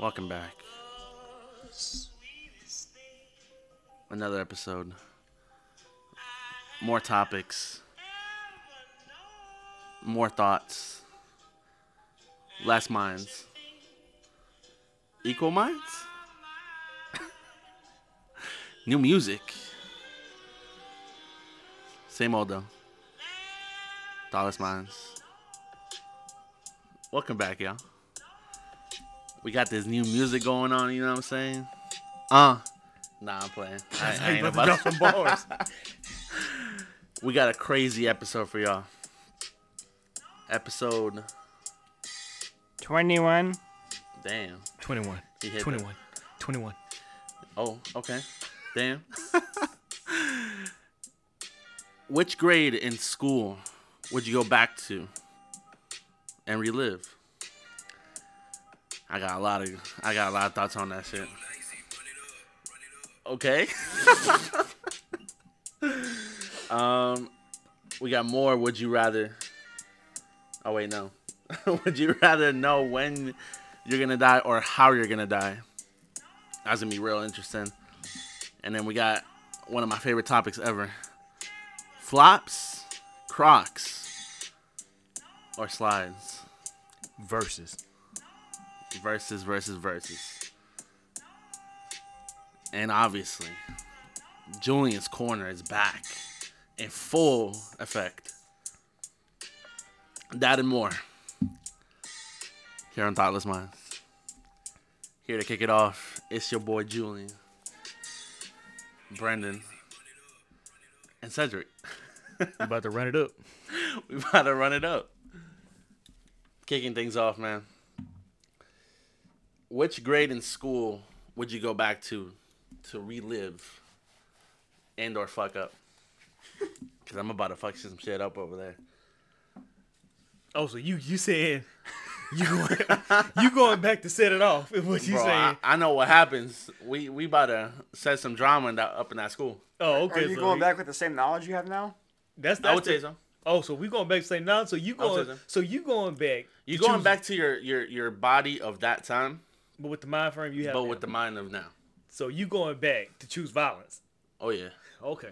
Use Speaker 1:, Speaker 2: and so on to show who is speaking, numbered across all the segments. Speaker 1: Welcome back. Another episode. More topics. More thoughts. Less minds. Equal minds? New music. Same old though. Thoughtless minds. Welcome back, y'all. We got this new music going on, you know what I'm saying? Uh, nah, I'm playing. I, I ain't about
Speaker 2: Got some bars.
Speaker 1: We got a crazy episode for y'all. Episode,
Speaker 3: 21.
Speaker 1: damn.
Speaker 2: 21.
Speaker 1: He hit
Speaker 2: 21. 21.
Speaker 1: Oh, okay. Damn. Which grade in school would you go back to and relive? I got a lot of I got a lot of thoughts on that shit. Okay. um we got more would you rather Oh wait, no. would you rather know when you're going to die or how you're going to die? That's gonna be real interesting. And then we got one of my favorite topics ever: flops, Crocs, or slides
Speaker 2: Versus.
Speaker 1: versus versus versus. And obviously, Julian's corner is back in full effect. That and more here on Thoughtless Minds. Here to kick it off, it's your boy Julian, Brendan, and Cedric.
Speaker 2: I'm about to run it up.
Speaker 1: We about to run it up. Kicking things off, man. Which grade in school would you go back to to relive and or fuck up? Cause I'm about to fuck some shit up over there.
Speaker 2: Oh, so you you saying you going, you going back to set it off is what you
Speaker 1: Bro, I,
Speaker 2: saying.
Speaker 1: I know what happens. We we about to set some drama in that, up in that school.
Speaker 2: oh,
Speaker 3: Are
Speaker 2: okay.
Speaker 3: you
Speaker 2: so
Speaker 3: going back with the same knowledge you have now?
Speaker 2: That's, that's
Speaker 1: I would
Speaker 2: the-
Speaker 1: say so.
Speaker 2: Oh, so we going back to say now. So you
Speaker 1: I would say
Speaker 2: going
Speaker 1: so.
Speaker 2: so you going back.
Speaker 1: You
Speaker 2: to
Speaker 1: going
Speaker 2: choose-
Speaker 1: back to your your your body of that time,
Speaker 2: but with the mind frame you have.
Speaker 1: but
Speaker 2: now.
Speaker 1: with the mind of now.
Speaker 2: so you going back to choose violence.
Speaker 1: Oh yeah.
Speaker 2: Okay.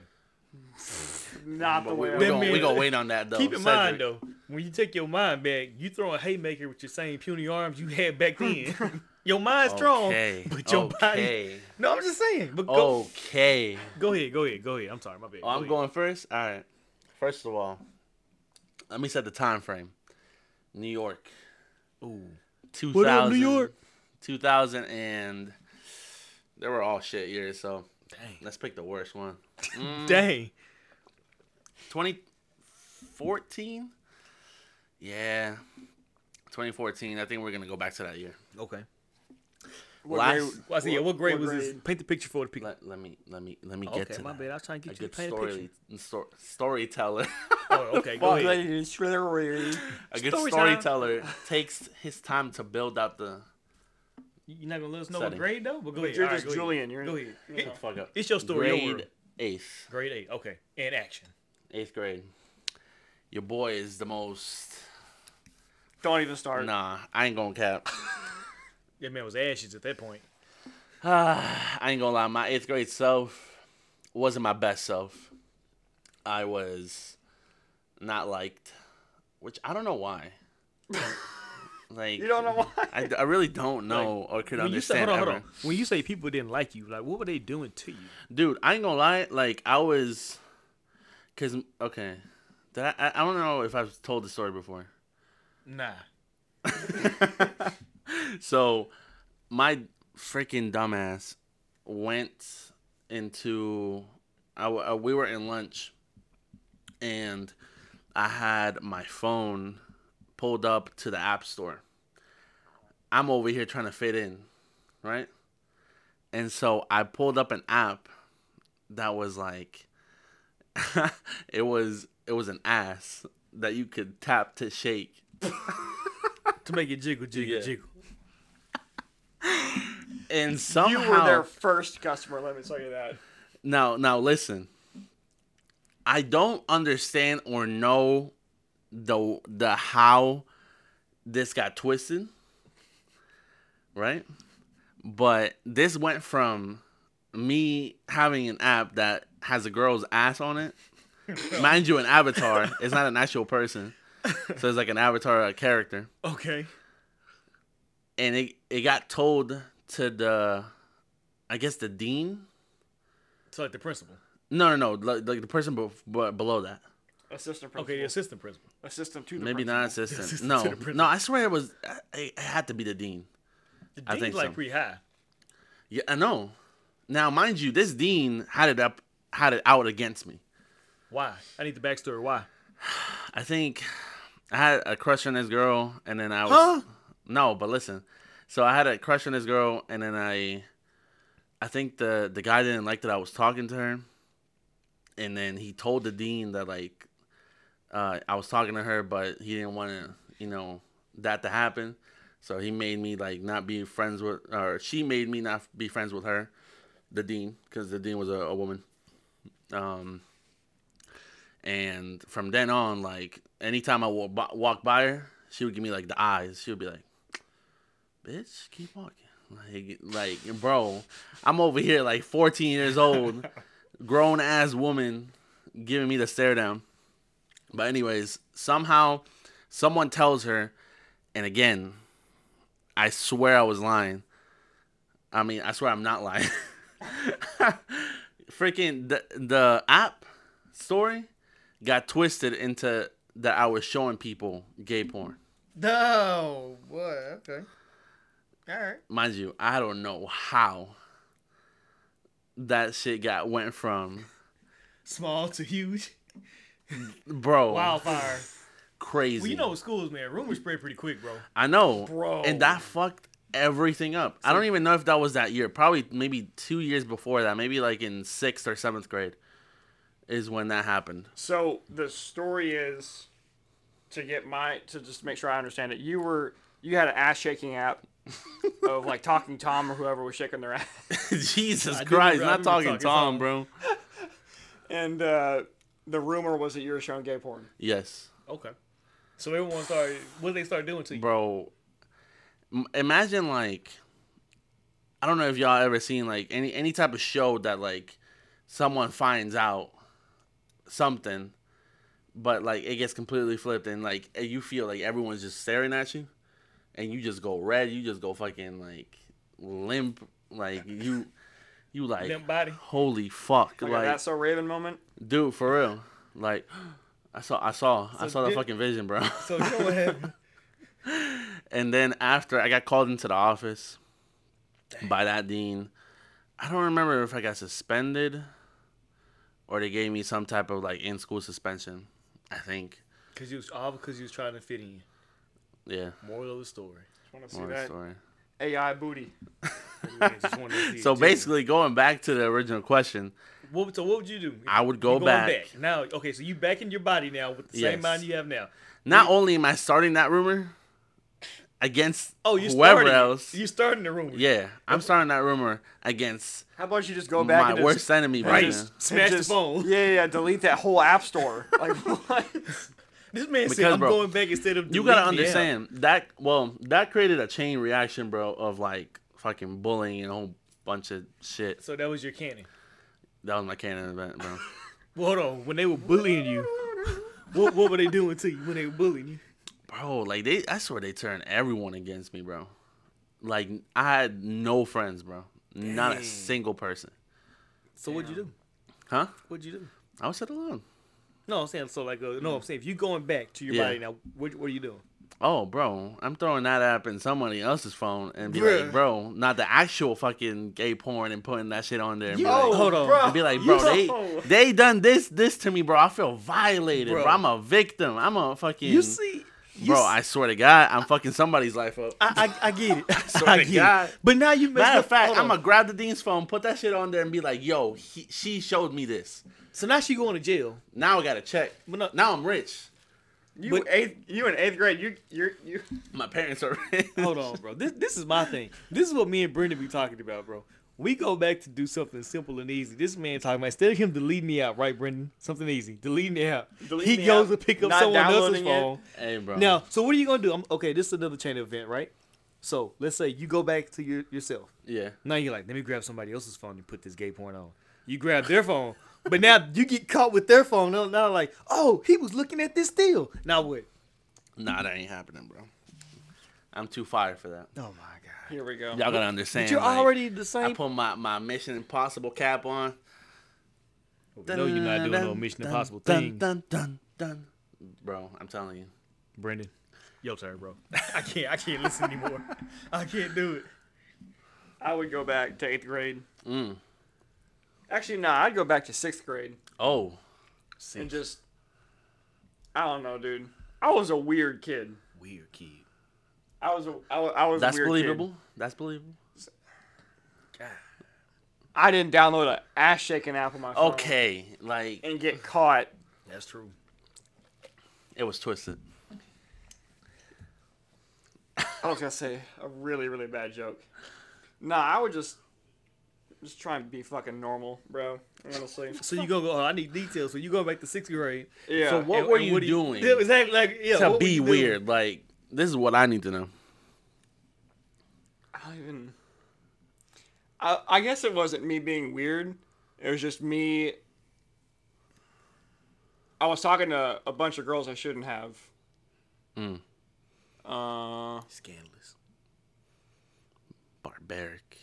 Speaker 3: Not the
Speaker 1: But we
Speaker 3: way.
Speaker 1: we
Speaker 3: I
Speaker 2: Let
Speaker 1: gonna,
Speaker 2: me-
Speaker 1: we gonna wait on that though.
Speaker 2: Keep in
Speaker 1: Oh, Cedric.
Speaker 2: mind though, when you take your mind back, you throw a haymaker with your same puny arms you had back then. your mind's
Speaker 1: Okay,
Speaker 2: strong, but your body.
Speaker 1: okay.
Speaker 2: No, I'm just saying. But go,
Speaker 1: Okay.
Speaker 2: Go ahead, go ahead, go ahead. I'm sorry, my bad.
Speaker 1: Oh, I'm
Speaker 2: Go
Speaker 1: going first. All right. First of all, let me set the time frame. New York,
Speaker 2: ahead.
Speaker 1: two
Speaker 2: What up,
Speaker 1: thousand.
Speaker 2: New York?
Speaker 1: Two thousand and they were all shit years. So
Speaker 2: Dang.
Speaker 1: let's pick the worst one.
Speaker 2: Dang.
Speaker 1: Twenty fourteen. Yeah. 2014. I think we're gonna go back to that year.
Speaker 2: Okay.
Speaker 3: What
Speaker 1: Last-
Speaker 3: grade-
Speaker 2: Well, I see. Yeah, what grade was this?
Speaker 3: grade?
Speaker 2: Paint the picture for the people.
Speaker 1: Let, let me let me let me get
Speaker 2: Okay,
Speaker 1: to
Speaker 2: my
Speaker 1: that.
Speaker 2: bad. I was trying to
Speaker 1: A
Speaker 2: get you
Speaker 1: good
Speaker 2: to paint a
Speaker 1: story,
Speaker 2: picture.
Speaker 1: stor- storyteller.
Speaker 2: Oh, okay, go
Speaker 3: What
Speaker 2: ahead.
Speaker 3: grade is literally-
Speaker 1: a good
Speaker 2: Story time.
Speaker 1: storyteller takes his time to build out the
Speaker 2: You're not gonna let us know
Speaker 1: Setting.
Speaker 2: what grade though, but go ahead.
Speaker 3: You're
Speaker 2: All right,
Speaker 3: just
Speaker 2: go ahead.
Speaker 3: Julian. You're
Speaker 2: Go ahead.
Speaker 3: Yeah.
Speaker 1: fuck up.
Speaker 2: It's your story. your
Speaker 1: Grade
Speaker 2: world.
Speaker 1: eighth,
Speaker 2: Grade eight. Okay, and action.
Speaker 1: eighth grade. Your boy is the most.
Speaker 3: Don't even start.
Speaker 1: Nah, I ain't gonna cap.
Speaker 2: That man was ashes at that point.
Speaker 1: I ain't gonna lie. My eighth grade self wasn't my best self. I was not liked, which I don't know why. like
Speaker 3: You don't know why.
Speaker 1: I, I really don't know or could
Speaker 2: When you say,
Speaker 1: understand.
Speaker 2: hold on, hold
Speaker 1: ever.
Speaker 2: on. When you say people didn't like you, like what were they doing to you?
Speaker 1: dude i ain't gonna lie like i was because okay did I, I i don't know if i've told the story before
Speaker 2: Nah.
Speaker 1: so my freaking dumbass went into I, w- I- we were in lunch and i had my phone pulled up to the app store i'm over here trying to fit in right and so i pulled up an app that was like it was it was an ass that you could tap to shake
Speaker 2: To make it jiggle, jiggle,
Speaker 1: Yeah.
Speaker 2: jiggle.
Speaker 1: and somehow
Speaker 3: You were their first customer. Let me tell you that.
Speaker 1: Now, now listen. I don't understand or know the the how this got twisted, right? But this went from me having an app that has a girl's ass on it. Mind you, an avatar. It's not an actual person. So it's like an avatar, a character.
Speaker 2: Okay.
Speaker 1: And it, it got told to the, I guess, the dean.
Speaker 2: So like the principal.
Speaker 1: No, no, no. Like, like the person bef- but below that.
Speaker 3: Assistant principal.
Speaker 2: Okay, the assistant principal.
Speaker 3: assistant to the
Speaker 1: Maybe
Speaker 3: principal.
Speaker 1: not assistant.
Speaker 2: Assistant
Speaker 1: No,
Speaker 2: to the principal.
Speaker 1: no. I swear it was. It, it had to be the dean.
Speaker 2: The
Speaker 1: I
Speaker 2: dean's
Speaker 1: think
Speaker 2: like
Speaker 1: so.
Speaker 2: pretty high.
Speaker 1: Yeah, I know. Now, mind you, this dean had it up, had it out against me.
Speaker 2: Why? I need the backstory. Why?
Speaker 1: I think I had a crush on this girl, and then I was no, but listen. So I had a crush on this girl, and then I, I think the the guy didn't like that I was talking to her, and then he told the dean that like, uh, I was talking to her, but he didn't want to, you know, that to happen. So he made me like not be friends with, or she made me not be friends with her, the dean, because the dean was a, a woman. Um, and from then on, like anytime I wa- bu- walk by her, she would give me like the eyes. She would be like, "Bitch, keep walking." Like, like, bro, I'm over here like 14 years old, grown ass woman, giving me the stare down. But anyways, somehow, someone tells her, and again, I swear I was lying. I mean, I swear I'm not lying. Freaking the the app story got twisted into that I was showing people gay porn.
Speaker 4: No, boy. Okay. All right.
Speaker 1: Mind you, I don't know how that shit got went from
Speaker 2: Small to huge.
Speaker 1: bro
Speaker 2: Wildfire.
Speaker 1: crazy.
Speaker 2: well, you know what schools, man. Rumors spread pretty quick, bro.
Speaker 1: I know,
Speaker 3: Bro.
Speaker 1: and that fucked everything up. I don't even know if that was that year. Probably maybe two years before that. Maybe like in sixth or seventh grade is when that happened.
Speaker 3: So the story is to get my to just make sure I understand it. You were you had an ass shaking app of like talking Tom or whoever was shaking their ass,
Speaker 1: Jesus
Speaker 2: I do
Speaker 1: Christ,
Speaker 2: remember- I
Speaker 1: not
Speaker 2: remember
Speaker 1: talking
Speaker 2: talking
Speaker 1: Tom,
Speaker 2: Tom.
Speaker 1: bro.
Speaker 3: and uh, the rumor was that you were showing gay porn.
Speaker 1: Yes.
Speaker 2: Okay. So everyone started. What did they start doing to you?
Speaker 1: bro m- imagine like i don't know if y'all ever seen like any any type of show that like someone finds out something but like it gets completely flipped and like eh, you feel like everyone's just staring at you and you just go red you just go fucking like limp like you you like
Speaker 2: Limp body.
Speaker 1: holy fuck
Speaker 3: Like,
Speaker 1: like,
Speaker 3: a that's so Raven moment.
Speaker 1: dude for real like i saw i saw i
Speaker 2: So
Speaker 1: saw that
Speaker 2: did-
Speaker 1: fucking vision bro
Speaker 2: So you know what happened?
Speaker 1: And then after I got called into the office by that dean, I don't remember if I got suspended or they gave me some type of like in school suspension. I think.
Speaker 2: Cause you was all because you was trying to fit in.
Speaker 1: Yeah.
Speaker 2: Moral of the story.
Speaker 3: Want to see
Speaker 1: moral of the
Speaker 3: that
Speaker 1: story.
Speaker 3: AI booty?
Speaker 2: Man, just wanted to see it
Speaker 1: So
Speaker 2: too.
Speaker 1: basically, going back to the original question,
Speaker 2: what, so what would you do?
Speaker 1: I would
Speaker 2: You
Speaker 1: go
Speaker 2: going
Speaker 1: back.
Speaker 2: now. Okay, so you back in your body now with the
Speaker 1: Yes.
Speaker 2: same mind you have now.
Speaker 1: Not only am I starting that rumor against
Speaker 2: Oh, you
Speaker 1: whoever
Speaker 2: starting,
Speaker 1: else,
Speaker 2: You starting the rumor.
Speaker 1: yeah, I'm starting that rumor against
Speaker 3: How about you just go back
Speaker 1: my
Speaker 3: and
Speaker 1: worst
Speaker 3: just,
Speaker 1: enemy. Right.
Speaker 2: Just smash the
Speaker 3: just-
Speaker 2: phone.
Speaker 3: Yeah, yeah, yeah, delete that whole app store. Like what?
Speaker 2: This man said,
Speaker 1: Because,
Speaker 2: "I'm
Speaker 1: bro,
Speaker 2: going back instead of."
Speaker 1: You gotta
Speaker 2: deleting the app."
Speaker 1: understand that. Well, that created a chain reaction, bro, of like fucking bullying and a whole bunch of shit.
Speaker 2: So that was your canon.
Speaker 1: That was my canon event, bro.
Speaker 2: Well, hold on. When they were bullying you, what what were they doing to you when they were bullying you?
Speaker 1: bro, like they, I swear they turned everyone against me, bro. Like I had no friends, bro. Not a single person,
Speaker 2: So what'd you do?
Speaker 1: huh?
Speaker 2: What'd you do?
Speaker 1: I was set alone.
Speaker 2: No, I'm saying so like uh, no, I'm saying if you going back to your
Speaker 1: Yeah.
Speaker 2: body now, what, what are you doing?
Speaker 1: Oh, bro, I'm throwing that app in somebody else's phone and be
Speaker 4: Bruh.
Speaker 1: like, bro, not the actual fucking gay porn and putting that shit on there. And be like,
Speaker 2: Oh, hold on.
Speaker 1: and be like, bro, they
Speaker 3: know.
Speaker 1: they done this this to me, bro. I feel violated, bro.
Speaker 2: Bro.
Speaker 1: I'm a victim. I'm a fucking.
Speaker 2: You see, you
Speaker 1: bro.
Speaker 2: s-
Speaker 1: I swear to God, I'm fucking somebody's life up.
Speaker 2: I, I, I get it.
Speaker 1: swear
Speaker 2: I
Speaker 1: to
Speaker 2: get
Speaker 1: God.
Speaker 2: it. But now you messed
Speaker 1: Matter
Speaker 2: up.
Speaker 1: of fact,
Speaker 2: hold
Speaker 1: I'm
Speaker 2: on.
Speaker 1: gonna grab the dean's phone, put that shit on there, and be like, yo, he, she showed me this.
Speaker 2: so now she going to jail.
Speaker 1: Now I gotta check.
Speaker 2: But no-
Speaker 1: Now I'm rich.
Speaker 3: You
Speaker 2: But-
Speaker 3: eighth, you in eighth grade. You you you.
Speaker 1: My parents are rich.
Speaker 2: Hold on, bro. This this is my thing. This is what me and Brenda be talking about, bro. We go back to do something simple and easy. This man talking about instead of him deleting the app, right, Brendan? Something easy, deleting the app.
Speaker 3: Deleting
Speaker 2: he
Speaker 3: the
Speaker 2: goes
Speaker 3: app,
Speaker 2: to pick up
Speaker 3: not
Speaker 2: someone else's
Speaker 3: downloading it.
Speaker 2: phone.
Speaker 1: Hey, bro.
Speaker 2: Now, so what are you gonna do? I'm, okay, this is another chain of event, right? So let's say you go back to your, yourself.
Speaker 1: Yeah.
Speaker 2: Now you're like, let me grab somebody else's phone and put this gay porn on. You grab their phone, but now you get caught with their phone. Now, now like, oh, he was looking at this deal. Now what?
Speaker 1: Nah, that ain't happening, bro. I'm too fired for that.
Speaker 2: Oh my god.
Speaker 3: Here we go.
Speaker 1: Y'all gotta understand.
Speaker 2: But you're
Speaker 1: like,
Speaker 2: already the
Speaker 1: I
Speaker 2: same.
Speaker 1: put my, my Mission Impossible cap on.
Speaker 2: no, you're not doing no Mission
Speaker 1: Dun,
Speaker 2: Impossible
Speaker 1: dun,
Speaker 2: thing,
Speaker 1: Dun, dun, dun, Bro, I'm telling you.
Speaker 2: Brendan. Yo, sorry, bro.
Speaker 5: I can't. I can't listen anymore. I can't do it.
Speaker 3: I would go back to eighth grade.
Speaker 1: Mm.
Speaker 3: Actually, no, nah, I'd go back to sixth grade
Speaker 1: Oh.
Speaker 3: and
Speaker 1: See,
Speaker 3: just. I don't know, dude. I was a weird kid.
Speaker 2: Weird kid.
Speaker 3: I was a, I, wa- I was
Speaker 1: that's
Speaker 3: a weird kid.
Speaker 1: believable. That's believable.
Speaker 3: I didn't download an ass shaking app on my phone.
Speaker 1: Okay, like
Speaker 3: And get caught.
Speaker 2: That's true.
Speaker 1: it was twisted.
Speaker 3: I was gonna say a really really bad joke. Nah, I would just just try and be fucking normal, bro. Honestly.
Speaker 2: So you gonna go? Oh, I need details. So you go back to sixth grade.
Speaker 3: Yeah.
Speaker 1: So what were you
Speaker 2: what do
Speaker 1: doing
Speaker 2: Yeah, exactly. Like yeah.
Speaker 1: to
Speaker 2: what were
Speaker 1: be
Speaker 2: you doing?
Speaker 1: weird? Like this is what I need to know.
Speaker 3: I don't even. I I guess it wasn't me being weird. It was just me. I was talking to a bunch of girls I shouldn't have.
Speaker 1: Mm.
Speaker 3: Uh,
Speaker 2: Scandalous.
Speaker 1: Barbaric.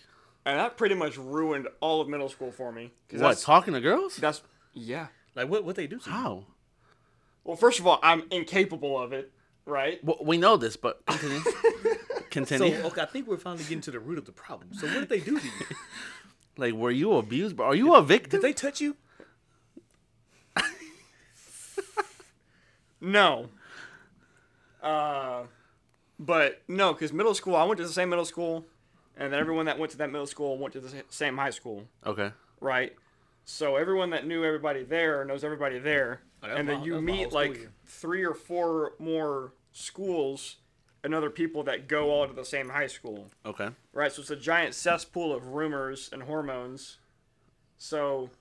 Speaker 3: and that pretty much ruined all of middle school for me. 'Cause
Speaker 1: What?
Speaker 3: That's,
Speaker 1: talking to girls?
Speaker 3: that's yeah.
Speaker 2: Like what? What they do? To you?
Speaker 1: How?
Speaker 3: Well, first of all, I'm incapable of it, right?
Speaker 1: Well, we know this, but continue.
Speaker 2: So
Speaker 1: continue.
Speaker 2: okay, I think we're finally getting to the root of the problem. So what did they do to you?
Speaker 1: Like, were you abused? Bro? Are you a victim?
Speaker 2: Did they touch you?
Speaker 3: No. Uh, but no, because middle school, I went to the same middle school, and then everyone that went to that middle school went to the sa- same high school.
Speaker 1: Okay.
Speaker 3: right? So everyone that knew everybody there knows everybody there,
Speaker 2: Oh, that's
Speaker 3: and
Speaker 2: my-
Speaker 3: then you
Speaker 2: that's my whole
Speaker 3: meet
Speaker 2: school
Speaker 3: like
Speaker 2: year.
Speaker 3: three or four more schools and other people that go all to the same high school,
Speaker 1: Okay.
Speaker 3: right? So it's a giant cesspool of rumors and hormones. So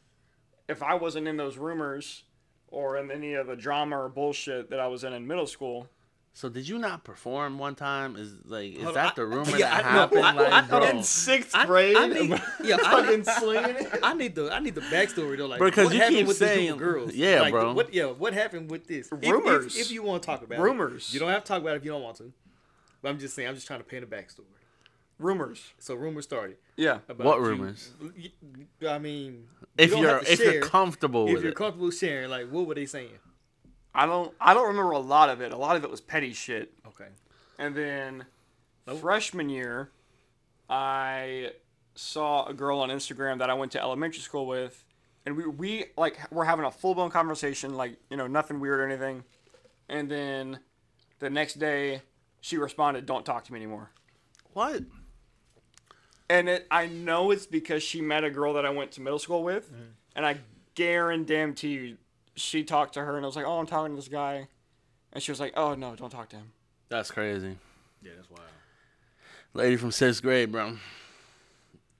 Speaker 3: if I wasn't in those rumors or in any of the drama or bullshit that I was in in middle school,
Speaker 1: So did you not perform one time? Is like is
Speaker 2: Hold
Speaker 1: that
Speaker 2: on,
Speaker 1: the
Speaker 2: I-
Speaker 1: rumor
Speaker 2: yeah,
Speaker 1: that
Speaker 2: I- no,
Speaker 1: happened?
Speaker 2: I-
Speaker 1: like,
Speaker 2: I- I
Speaker 1: bro.
Speaker 2: didn't
Speaker 3: sixth
Speaker 2: I-
Speaker 3: grade,
Speaker 2: I need, yeah, I,
Speaker 3: fucking slinging it.
Speaker 2: I need the I need the backstory though. Like,
Speaker 1: Bro, 'cause
Speaker 2: what
Speaker 1: you
Speaker 2: happened
Speaker 1: keep
Speaker 2: with these
Speaker 1: saying-
Speaker 2: little girls?
Speaker 1: yeah,
Speaker 2: Like,
Speaker 1: bro.
Speaker 2: What yeah? What happened with this? If- if-
Speaker 3: Rumors.
Speaker 2: If, you want to talk about it.
Speaker 3: Rumors.
Speaker 2: you don't have to talk about it if you don't want to. But I'm just saying, I'm just trying to paint a backstory.
Speaker 3: Rumors.
Speaker 2: So rumors started.
Speaker 3: Yeah.
Speaker 2: About
Speaker 1: What
Speaker 2: you.
Speaker 1: rumors?
Speaker 2: Y- I mean,
Speaker 1: if
Speaker 2: you
Speaker 1: you
Speaker 2: don't
Speaker 1: are
Speaker 2: have to
Speaker 1: if
Speaker 2: share,
Speaker 1: you're comfortable
Speaker 2: if
Speaker 1: with
Speaker 2: you're
Speaker 1: it,
Speaker 2: comfortable sharing, like what were they saying?
Speaker 3: I don't I don't remember a lot of it. A lot of it was petty shit.
Speaker 2: Okay.
Speaker 3: And then
Speaker 2: Nope.
Speaker 3: freshman year, I saw a girl on Instagram that I went to elementary school with, and we we like we're having a full blown conversation, like you know nothing weird or anything. And then the next day, she responded, "Don't talk to me anymore."
Speaker 1: what?
Speaker 3: And it, I know it's because she met a girl that I went to middle school with, and I guarantee you, she talked to her, and I was like, "Oh, I'm talking to this guy," and she was like, "Oh no, don't talk to him."
Speaker 1: That's crazy.
Speaker 2: Yeah, that's wild.
Speaker 1: Lady from sixth grade, bro.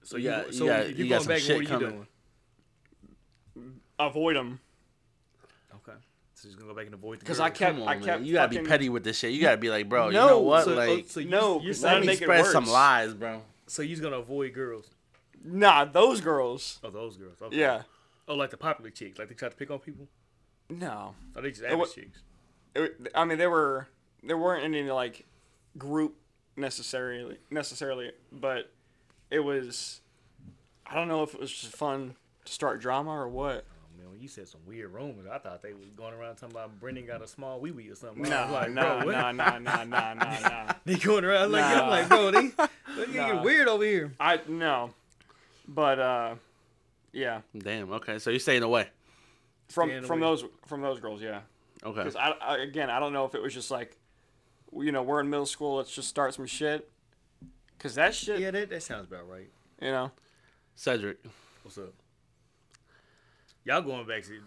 Speaker 2: So
Speaker 1: You
Speaker 2: you,
Speaker 1: got-
Speaker 2: so
Speaker 1: you got-
Speaker 2: if
Speaker 1: you
Speaker 2: you're
Speaker 1: got
Speaker 2: going
Speaker 1: some
Speaker 2: back,
Speaker 1: shit
Speaker 2: what are you
Speaker 1: coming.
Speaker 2: doing?
Speaker 3: Avoid him.
Speaker 2: Okay. So he's gonna go back and avoid the
Speaker 3: Because I
Speaker 2: girls.
Speaker 3: kept,
Speaker 1: Come on,
Speaker 3: I kept.
Speaker 1: man. You gotta
Speaker 3: fucking-
Speaker 1: be petty with this shit. You gotta be like, bro, you
Speaker 3: No,
Speaker 1: know what?
Speaker 2: So,
Speaker 1: like,
Speaker 2: oh, so you,
Speaker 3: no,
Speaker 2: you're
Speaker 1: let
Speaker 2: saying
Speaker 1: me
Speaker 3: make it
Speaker 1: express some
Speaker 3: worse.
Speaker 1: lies, bro.
Speaker 2: so you're gonna avoid girls.
Speaker 3: Nah, those girls.
Speaker 2: Oh, those girls. Okay.
Speaker 3: Yeah.
Speaker 2: Oh, like the popular chicks, like they try to pick on people.
Speaker 3: No.
Speaker 2: Or they just
Speaker 3: wa-
Speaker 2: average chicks.
Speaker 3: It- I mean, there were there weren't any like group necessarily necessarily, but it was. I don't know if it was just fun to start drama or what.
Speaker 2: Oh man, when you said some weird rumors, I thought they was going around talking about Brendan got a small wee wee or something. I
Speaker 3: No,
Speaker 2: was like,
Speaker 3: no,
Speaker 2: bro, what?
Speaker 3: no, no, no, no, no, no.
Speaker 2: They going around like,
Speaker 3: Nah.
Speaker 2: I'm like, bro, they, they
Speaker 3: Nah.
Speaker 2: getting weird over here.
Speaker 3: I no, but uh, yeah.
Speaker 1: Damn. Okay. So you're staying away.
Speaker 3: From
Speaker 2: Staying
Speaker 3: from
Speaker 2: away.
Speaker 3: those from those girls, yeah.
Speaker 1: Okay.
Speaker 3: Because I, I- again, I don't know if it was just like, you know, we're in middle school. Let's just start some shit. Cause that shit,
Speaker 2: Yeah, that, that sounds about right.
Speaker 3: you know.
Speaker 1: Cedric.
Speaker 2: What's up? Y'all going back to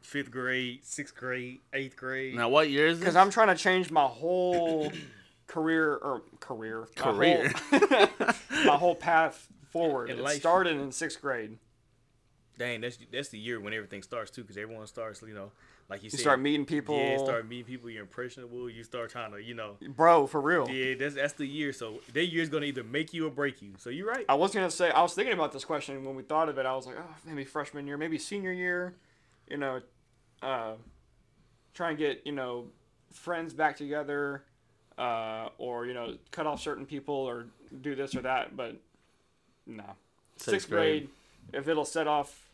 Speaker 2: fifth grade, sixth grade, eighth grade?
Speaker 1: Now what year is this?
Speaker 3: Because I'm trying to change my whole career or career my whole-
Speaker 1: Career.
Speaker 3: my whole, path forward.
Speaker 2: In
Speaker 3: It
Speaker 2: life.
Speaker 3: started in sixth grade.
Speaker 2: Dang, that's that's the year when everything starts too, because everyone starts, you know, Like you,
Speaker 3: You
Speaker 2: said,
Speaker 3: start meeting people.
Speaker 2: Yeah, start meeting people. You're impressionable. You start trying to, you know.
Speaker 3: Bro, for real.
Speaker 2: Yeah, that's that's the year. So their year's gonna either make you or break you. So you're right.
Speaker 3: I was gonna say I was thinking about this question when we thought of it. I was like, oh, maybe freshman year, maybe senior year, you know, uh, try and get you know friends back together, uh, or you know cut off certain people or do this or that. But no, sixth, grade, if it'll set off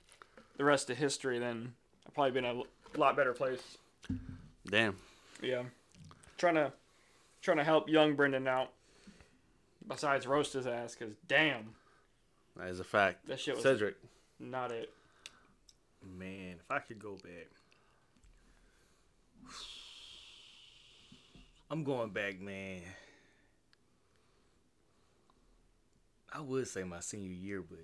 Speaker 3: the rest of history, then I've probably been a l- lot better place.
Speaker 1: Damn.
Speaker 3: Yeah, trying to trying to help young Brendan out. Besides roast his ass, cause damn,
Speaker 1: That is a fact.
Speaker 3: That shit was-
Speaker 1: Cedric.
Speaker 3: not it.
Speaker 2: Man, if I could go back, I'm going back, man. I would say my senior year, but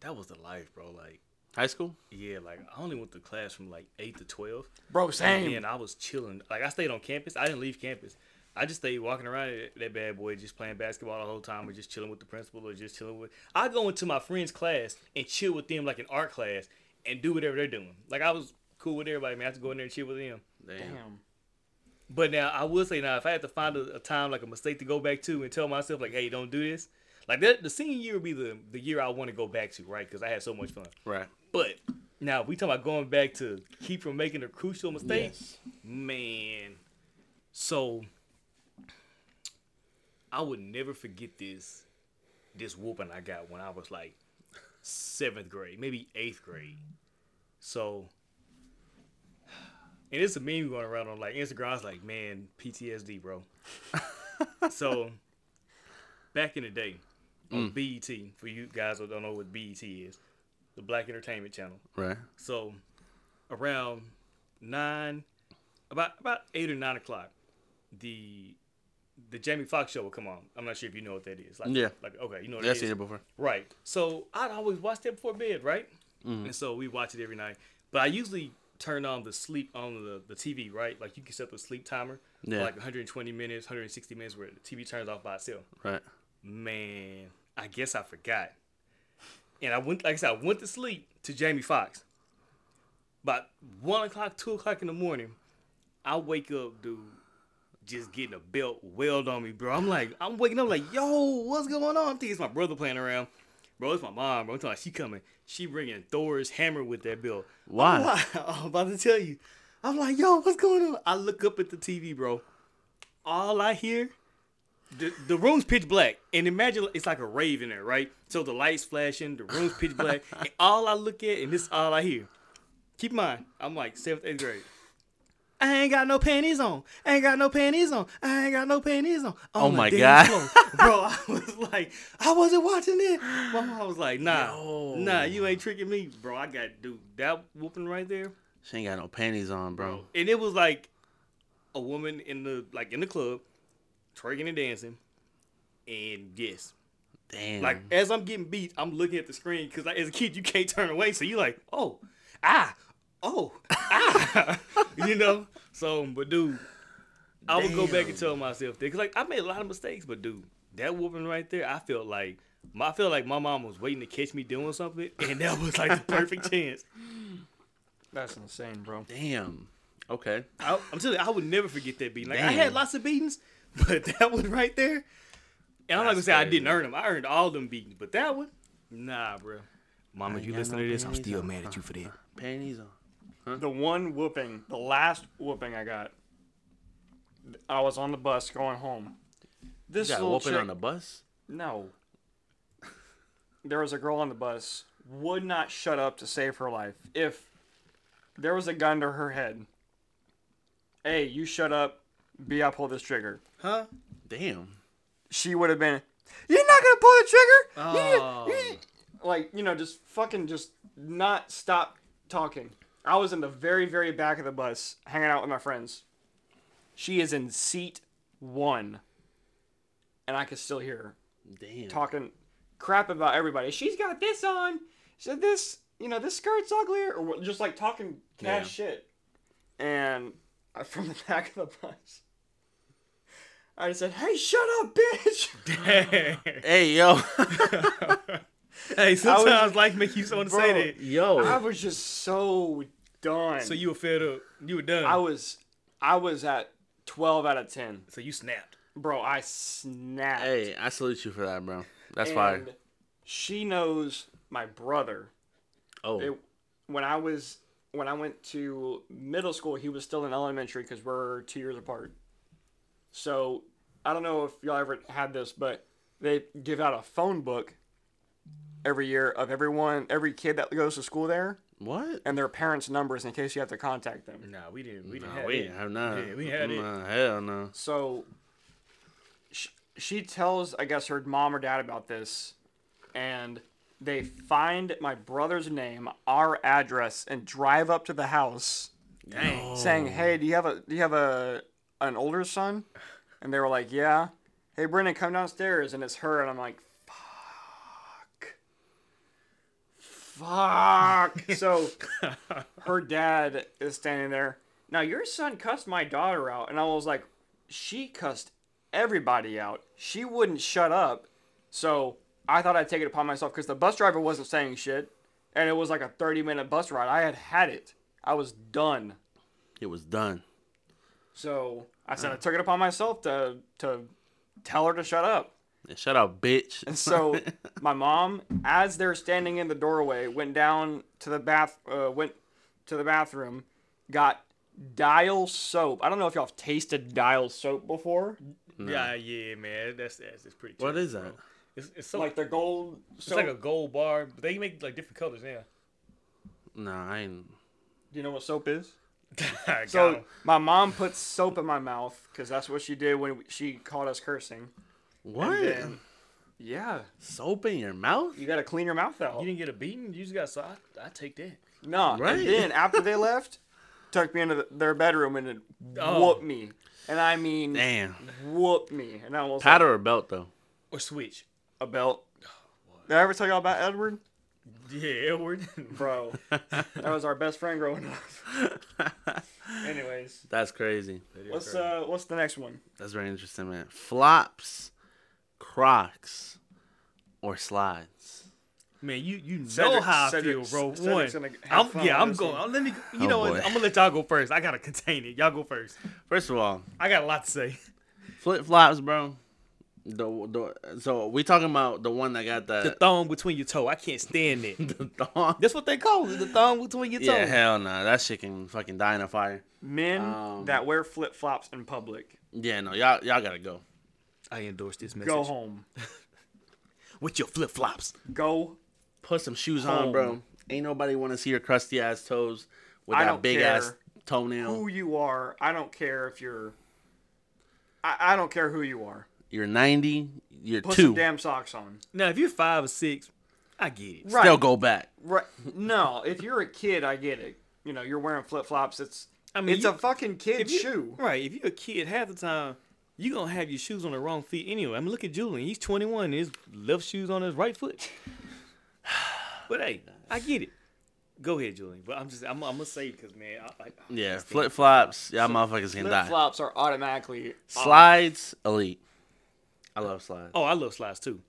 Speaker 2: that was the life, bro. Like,
Speaker 1: High school?
Speaker 2: yeah, like I only went to class from like eight to twelve.
Speaker 3: Bro,
Speaker 2: And
Speaker 3: same.
Speaker 2: then I was chilling. Like I stayed on campus. I didn't leave campus. I just stayed walking around that- that bad boy, just playing basketball the whole time, or just chilling with the principal, or just chilling with. I go into my friend's class and chill with them like an art class, and do whatever they're doing. Like I was cool with everybody, man. I had to go in there and chill with them.
Speaker 1: Damn.
Speaker 3: Damn.
Speaker 2: But now I will say now, if I had to find a, a time like a mistake to go back to and tell myself like, hey, don't do this, like that, the senior year would be the the year I want to go back to, right? Because I had so much fun.
Speaker 1: Right.
Speaker 2: But now if we talking about going back to keep from making a crucial mistake. Man. So I would never forget this this whooping I got when I was like seventh grade, maybe eighth grade. So and it's a meme going around on like Instagram. I was like, man, PTSD, bro. so back in the day on BET, for you guys who don't know what BET is, the Black Entertainment Channel.
Speaker 1: Right.
Speaker 2: So around nine, about about eight or nine o'clock, the the Jamie Foxx show will come on. I'm not sure if you know what that is. Like,
Speaker 1: Yeah.
Speaker 2: Like okay, you know what
Speaker 1: Yeah, I've
Speaker 2: it
Speaker 1: seen
Speaker 2: is.
Speaker 1: it before.
Speaker 2: Right. So I'd always watch that before bed, right?
Speaker 1: Mm-hmm.
Speaker 2: And so we watch it every night. But I usually turn on the sleep on the, the TV, right? Like you can set the sleep timer for
Speaker 1: Yeah.
Speaker 2: like 120 minutes, 160 minutes, where the TV turns off by itself
Speaker 1: Right.
Speaker 2: man, I guess I forgot. And I went, like I said, I went to sleep to Jamie Foxx. About one o'clock, two o'clock in the morning, I wake up, dude, just getting a belt weld on me, bro. I'm like, I'm waking up, like, yo, what's going on? I'm thinking it's my brother playing around. Bro, it's my mom, bro. I'm talking about she coming. She bringing Thor's hammer with that belt.
Speaker 1: Why?
Speaker 2: I'm about to tell you. I'm like, yo, what's going on? I look up at the TV, bro. All I hear, the, the room's pitch black. And imagine it's like a rave in there, right? So the lights flashing, the room's pitch black. and all I look at, and this is all I hear. Keep in mind, I'm like seventh, eighth grade. I ain't got no panties on. I ain't got no panties on. I ain't got no panties on.
Speaker 1: Oh
Speaker 2: the
Speaker 1: my
Speaker 2: damn
Speaker 1: God.
Speaker 2: floor. bro! I was like, I wasn't watching it. My mom was like, Nah,
Speaker 1: Yo.
Speaker 2: nah, you ain't tricking me, bro. I got dude that whooping right there,
Speaker 1: She ain't got no panties on, bro.
Speaker 2: and it was like a woman in the like in the club, twerking and dancing, and yes,
Speaker 1: Damn.
Speaker 2: like as I'm getting beat, I'm looking at the screen because like, as a kid you can't turn away, so you like, oh, ah, oh, ah, you know. So, but dude, I would go back and tell myself that because like I made a lot of mistakes, but dude, that whooping right there, I felt like my, I felt like my mom was waiting to catch me doing something, and that was like the perfect chance.
Speaker 3: That's insane, bro.
Speaker 1: damn. Okay.
Speaker 2: I, I'm telling you, I would never forget that beating. Like I had
Speaker 1: Damn.
Speaker 2: lots of beatings, but that one right there, and I'm not gonna say I didn't earn them. I earned all them beatings, but that one, nah, bro. Mama,
Speaker 1: you listen to this? I'm still
Speaker 2: mad at you for that.
Speaker 1: Panties on.
Speaker 3: The one whooping, the last whooping I got, I was on the bus going home. This
Speaker 1: You got
Speaker 3: little
Speaker 1: whooping
Speaker 3: chick,
Speaker 1: on the bus?
Speaker 3: no. There was a girl on the bus would not shut up to save her life. If there was a gun to her head, a you shut up, b I pull this trigger.
Speaker 2: Huh?
Speaker 1: Damn.
Speaker 3: She would have been, you're not gonna pull the trigger. You-
Speaker 2: Oh.
Speaker 3: you-" Like you know, just fucking just not stop talking. I was in the very very back of the bus hanging out with my friends. She is in seat one, and I could still hear her
Speaker 1: Damn.
Speaker 3: talking crap about everybody. She's got this on. So this, you know, this skirt's uglier, or just like talking
Speaker 1: Yeah.
Speaker 3: cat shit. And I- from the back of the bus, I just said, "Hey, shut up, bitch!"
Speaker 2: hey,
Speaker 1: Hey, yo.
Speaker 2: sometimes life make you want to
Speaker 3: Bro.
Speaker 2: say that.
Speaker 1: yo.
Speaker 3: I was just so done.
Speaker 2: So you were fed up. You were done.
Speaker 3: I was, I was at twelve out of ten,
Speaker 2: so you snapped.
Speaker 3: bro. I snapped.
Speaker 1: Hey, I salute you for that, bro. That's fire.
Speaker 3: And She knows my brother.
Speaker 1: Oh,
Speaker 3: It, when I was when I went to middle school, he was still in elementary because we're two years apart. So I don't know if y'all ever had this, but they give out a phone book every year of everyone, every kid that goes to school there,
Speaker 1: what?
Speaker 3: and their parents' numbers in case you have to contact them.
Speaker 2: Nah, we didn't. We didn't
Speaker 1: No,
Speaker 2: have
Speaker 1: we
Speaker 2: it.
Speaker 1: didn't have none.
Speaker 2: Yeah, we had it.
Speaker 1: Nah, Hell no.
Speaker 3: So she, she tells, I guess, her mom or dad about this, and they find my brother's name, our address, and drive up to the house
Speaker 2: Dang.
Speaker 3: saying, "Hey, do you have a do you have a an older son?" And they were like, "Yeah." Hey, Brendan, come downstairs, and it's her, and I'm like, "Fuck, fuck." so her dad is standing there. Now your son cussed my daughter out, and I was like, "She cussed everybody out. She wouldn't shut up." So I thought I'd take it upon myself because the bus driver wasn't saying shit, and it was like a 30 minute bus ride. I had had it. I was done.
Speaker 1: It was done.
Speaker 3: So I said I took it upon myself to to tell her to shut up.
Speaker 1: Yeah, Shut up, bitch.
Speaker 3: And so my mom, as they're standing in the doorway, went down to the bath, uh, went to the bathroom, got Dial soap. I don't know if y'all have tasted Dial soap before,
Speaker 2: Yeah, yeah, man. That's that's, that's pretty.
Speaker 1: what
Speaker 2: terrible,
Speaker 1: is that?
Speaker 2: bro. It's, it's so
Speaker 3: like the gold
Speaker 2: it's
Speaker 3: soap.
Speaker 2: like a gold bar, but they make like different colors now.
Speaker 1: No, I ain't.
Speaker 3: Do you know what soap is?
Speaker 2: Got
Speaker 3: So
Speaker 2: 'em.
Speaker 3: my mom puts soap in my mouth because that's what she did when she caught us cursing.
Speaker 1: What?
Speaker 3: then- Yeah,
Speaker 1: Soap in your mouth?
Speaker 3: you gotta clean your mouth out.
Speaker 2: you didn't get a beating. You just got so I, I take that.
Speaker 3: No,
Speaker 1: Right.
Speaker 3: and then after they left, took me into the, their bedroom and it
Speaker 2: Oh.
Speaker 3: whooped me, and I mean
Speaker 1: Damn.
Speaker 3: whooped me, and I was
Speaker 1: Powder or belt though?
Speaker 2: Or switch.
Speaker 3: like, a belt. Did I ever tell y'all about Edward,
Speaker 2: Yeah, Edward.
Speaker 3: bro? that was our best friend growing up. Anyways,
Speaker 1: That's crazy.
Speaker 3: what's uh, what's the next one?
Speaker 1: That's very interesting, man. Flops, Crocs, or slides?
Speaker 2: Man, you you know
Speaker 3: Cedric-
Speaker 2: how I
Speaker 3: Cedric-
Speaker 2: feel, bro.
Speaker 3: Cedric's
Speaker 2: One,
Speaker 3: gonna have
Speaker 2: I'm,
Speaker 3: fun
Speaker 2: yeah,
Speaker 3: with
Speaker 2: I'm
Speaker 3: this
Speaker 2: going.
Speaker 3: one.
Speaker 2: Let me. You
Speaker 1: Oh,
Speaker 2: know, what?
Speaker 1: boy.
Speaker 2: I'm gonna let y'all go first. I gotta contain it. Y'all go first.
Speaker 1: First of all,
Speaker 2: I got a lot to say.
Speaker 1: flip flops, bro. The, the so we talking about the one that got
Speaker 2: The
Speaker 1: that
Speaker 2: thong between your toe. I can't stand it.
Speaker 1: the thong.
Speaker 2: That's what they call it. The thong between your toe.
Speaker 1: Yeah, hell no, that shit can fucking die in a fire.
Speaker 3: Men
Speaker 1: Um,
Speaker 3: that wear flip flops in public
Speaker 1: Yeah, no, y'all y'all gotta go.
Speaker 2: I endorse this message.
Speaker 3: go home.
Speaker 2: With your flip flops.
Speaker 3: Go.
Speaker 1: Put some shoes on,
Speaker 3: Home.
Speaker 1: bro. Ain't nobody want to see your crusty ass toes with
Speaker 3: I
Speaker 1: that
Speaker 3: don't
Speaker 1: big
Speaker 3: care
Speaker 1: ass toenail.
Speaker 3: Who you are, I don't care if you're. I, I don't care who you are.
Speaker 1: You're ninety. You're
Speaker 3: Put
Speaker 1: two.
Speaker 3: some damn socks on.
Speaker 2: Now, if you're five or six, I get it.
Speaker 3: Right.
Speaker 1: Still go back.
Speaker 3: Right. No, if you're a kid, I get it. You know, you're wearing flip flops. It's
Speaker 2: I mean,
Speaker 3: it's
Speaker 2: you-
Speaker 3: a fucking kid
Speaker 2: you-
Speaker 3: shoe.
Speaker 2: Right. If you're a kid, half the time you gonna have your shoes on the wrong feet anyway. I mean, look at Julian. He's 21. and His left shoes on his right foot. but hey, I get it. Go ahead, Julian. But I'm just I'm, I'm gonna say it because man, I, I,
Speaker 1: Yeah, flip flops. Y'all motherfuckers can
Speaker 3: Flip
Speaker 1: die.
Speaker 3: flops are automatically
Speaker 2: Uh,
Speaker 1: Slides, elite. I love slides.
Speaker 2: oh, I love slides too,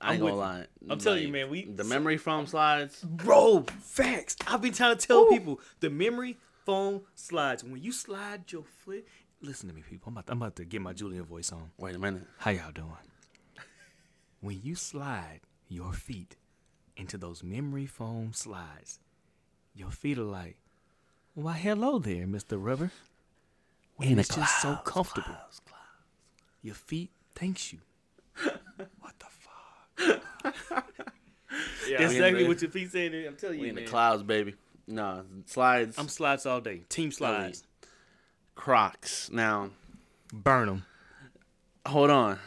Speaker 1: I ain't
Speaker 2: I'm
Speaker 1: gonna
Speaker 2: with
Speaker 1: lie.
Speaker 2: I'm telling you, man, we-
Speaker 1: the memory foam slides.
Speaker 2: bro. Facts. I've been trying to tell people the memory foam slides. When you slide your foot, listen to me, people. I'm about to, I'm about to get my Julian voice on.
Speaker 1: Wait a minute.
Speaker 2: How y'all doing? When you slide your feet into those memory foam slides, your feet are like, "Why, hello there, Mister Rubber." When it's just so comfortable, your feet thanks you. what the fuck?
Speaker 3: Yeah.
Speaker 2: That's
Speaker 1: We in
Speaker 2: exactly
Speaker 1: the-
Speaker 2: what your feet saying. I'm telling
Speaker 1: We
Speaker 2: you,
Speaker 1: in the
Speaker 2: man.
Speaker 1: clouds, baby. No slides.
Speaker 2: I'm slides all day. Team slides.
Speaker 1: Crocs. Now,
Speaker 2: Burn them.
Speaker 1: hold on.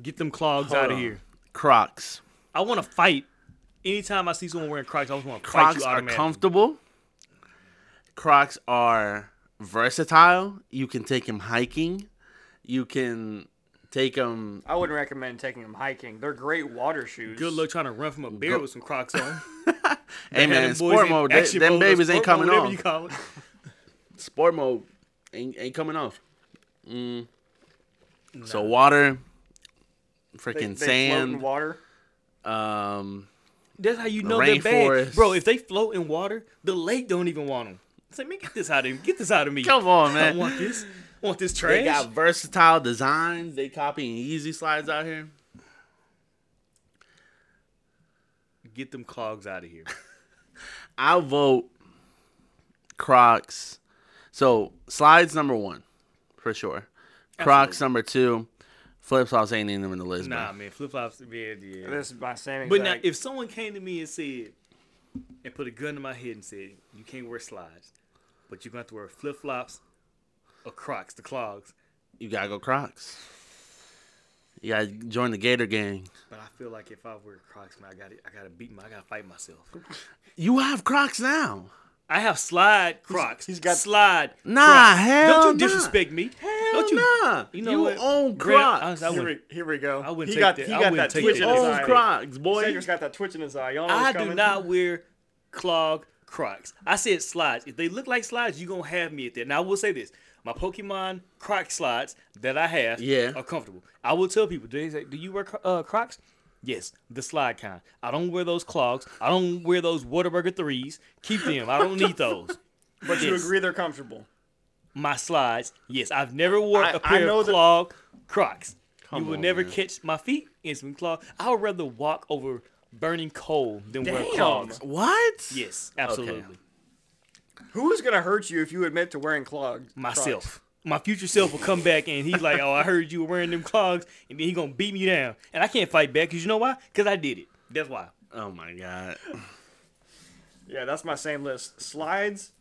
Speaker 2: Get them clogs
Speaker 1: Hold
Speaker 2: out of
Speaker 1: on.
Speaker 2: here.
Speaker 1: Crocs.
Speaker 2: I want to fight. Anytime I see someone wearing Crocs, I just want to fight
Speaker 1: Crocs
Speaker 2: you
Speaker 1: are
Speaker 2: automatically.
Speaker 1: comfortable. Crocs are versatile. You can take them hiking. You can take them.
Speaker 3: I wouldn't recommend taking them hiking. They're great water shoes.
Speaker 2: Good luck trying to run from a bear with some Crocs on.
Speaker 1: Hey man, sport mode. They, them babies ain't coming off.
Speaker 2: off.
Speaker 1: Sport mode ain't, ain't coming off. Mm. So water,
Speaker 3: They,
Speaker 1: freaking
Speaker 3: they float in
Speaker 1: sand,
Speaker 3: water.
Speaker 1: um,
Speaker 2: That's how you know
Speaker 1: The
Speaker 2: they're bad,
Speaker 1: rainforest.
Speaker 2: bro. If they float in water, the lake don't even want them. It's like, man, get this out of get this out of me.
Speaker 1: Come on,
Speaker 2: I
Speaker 1: man.
Speaker 2: want this. I want this
Speaker 1: They
Speaker 2: trash.
Speaker 1: got versatile designs. They copying Easy slides out here.
Speaker 2: Get them clogs out of here.
Speaker 1: I vote Crocs. So slides number one, for sure. Crocs number two. Flip flops ain't in them in the list,
Speaker 2: Nah,
Speaker 1: nah.
Speaker 2: man, flip flops. Yeah, yeah.
Speaker 3: This is my same
Speaker 2: But now,
Speaker 3: exact-
Speaker 2: if someone came to me and said, and put a gun to my head and said, "You can't wear slides, but you're gonna have to wear flip flops, or Crocs, the clogs,"
Speaker 1: You gotta go Crocs. You gotta join the Gator gang.
Speaker 2: but I feel like if I wear Crocs, man, I got to I gotta beat my, I gotta fight myself.
Speaker 1: You have Crocs now.
Speaker 2: I have slide Crocs.
Speaker 3: he's got-
Speaker 2: slide.
Speaker 1: Nah,
Speaker 2: Crocs.
Speaker 1: hell
Speaker 2: Don't
Speaker 1: nah.
Speaker 2: you disrespect me?
Speaker 1: Don't
Speaker 2: Don't
Speaker 1: you?
Speaker 2: you-
Speaker 1: Nah. You,
Speaker 2: you know what?
Speaker 1: own
Speaker 2: Grant, I
Speaker 1: Crocs.
Speaker 2: was- I
Speaker 3: here,
Speaker 2: wouldn't-
Speaker 3: we, here we go.
Speaker 2: I wouldn't
Speaker 3: he
Speaker 2: take
Speaker 3: got,
Speaker 2: that-
Speaker 3: He
Speaker 2: I
Speaker 3: got
Speaker 2: wouldn't
Speaker 3: that
Speaker 2: take
Speaker 3: twitch
Speaker 2: that. Oh,
Speaker 3: in
Speaker 1: You
Speaker 3: his
Speaker 1: own
Speaker 3: eye.
Speaker 1: Crocs, boy.
Speaker 3: Sanders got that twitch in his eye. Y'all know
Speaker 2: I
Speaker 3: what's
Speaker 2: do
Speaker 3: coming.
Speaker 2: not wear clog Crocs. I said slides. If they look like slides, you gonna have me at that. Now I will say this: my Pokemon Croc slides that I have,
Speaker 1: Yeah.
Speaker 2: are comfortable. I will tell people: do, they say, do you wear Cro- uh, Crocs? Yes, the slide kind. I don't wear those clogs. I don't wear those Whataburger threes. Keep them. I don't need those.
Speaker 3: But you
Speaker 2: Yes.
Speaker 3: agree they're comfortable.
Speaker 2: My slides. Yes, I've never worn
Speaker 3: I-
Speaker 2: a
Speaker 3: I
Speaker 2: pair
Speaker 3: know
Speaker 2: of
Speaker 3: that-
Speaker 2: clog Crocs. you
Speaker 1: Come
Speaker 2: will
Speaker 1: on,
Speaker 2: never
Speaker 1: man.
Speaker 2: catch my feet in some clog. I would rather walk over burning coal than wear clogs.
Speaker 1: What?
Speaker 2: Yes, absolutely.
Speaker 3: Who is gonna hurt you if you admit to wearing clogs?
Speaker 2: myself.
Speaker 3: Crocs?
Speaker 2: My future self will come back and he's like, "Oh, I heard you were wearing them clogs," and then he gonna beat me down, and I can't fight back because you know why? Because I did it. That's why.
Speaker 1: Oh my god.
Speaker 3: Yeah, that's my same list. Slides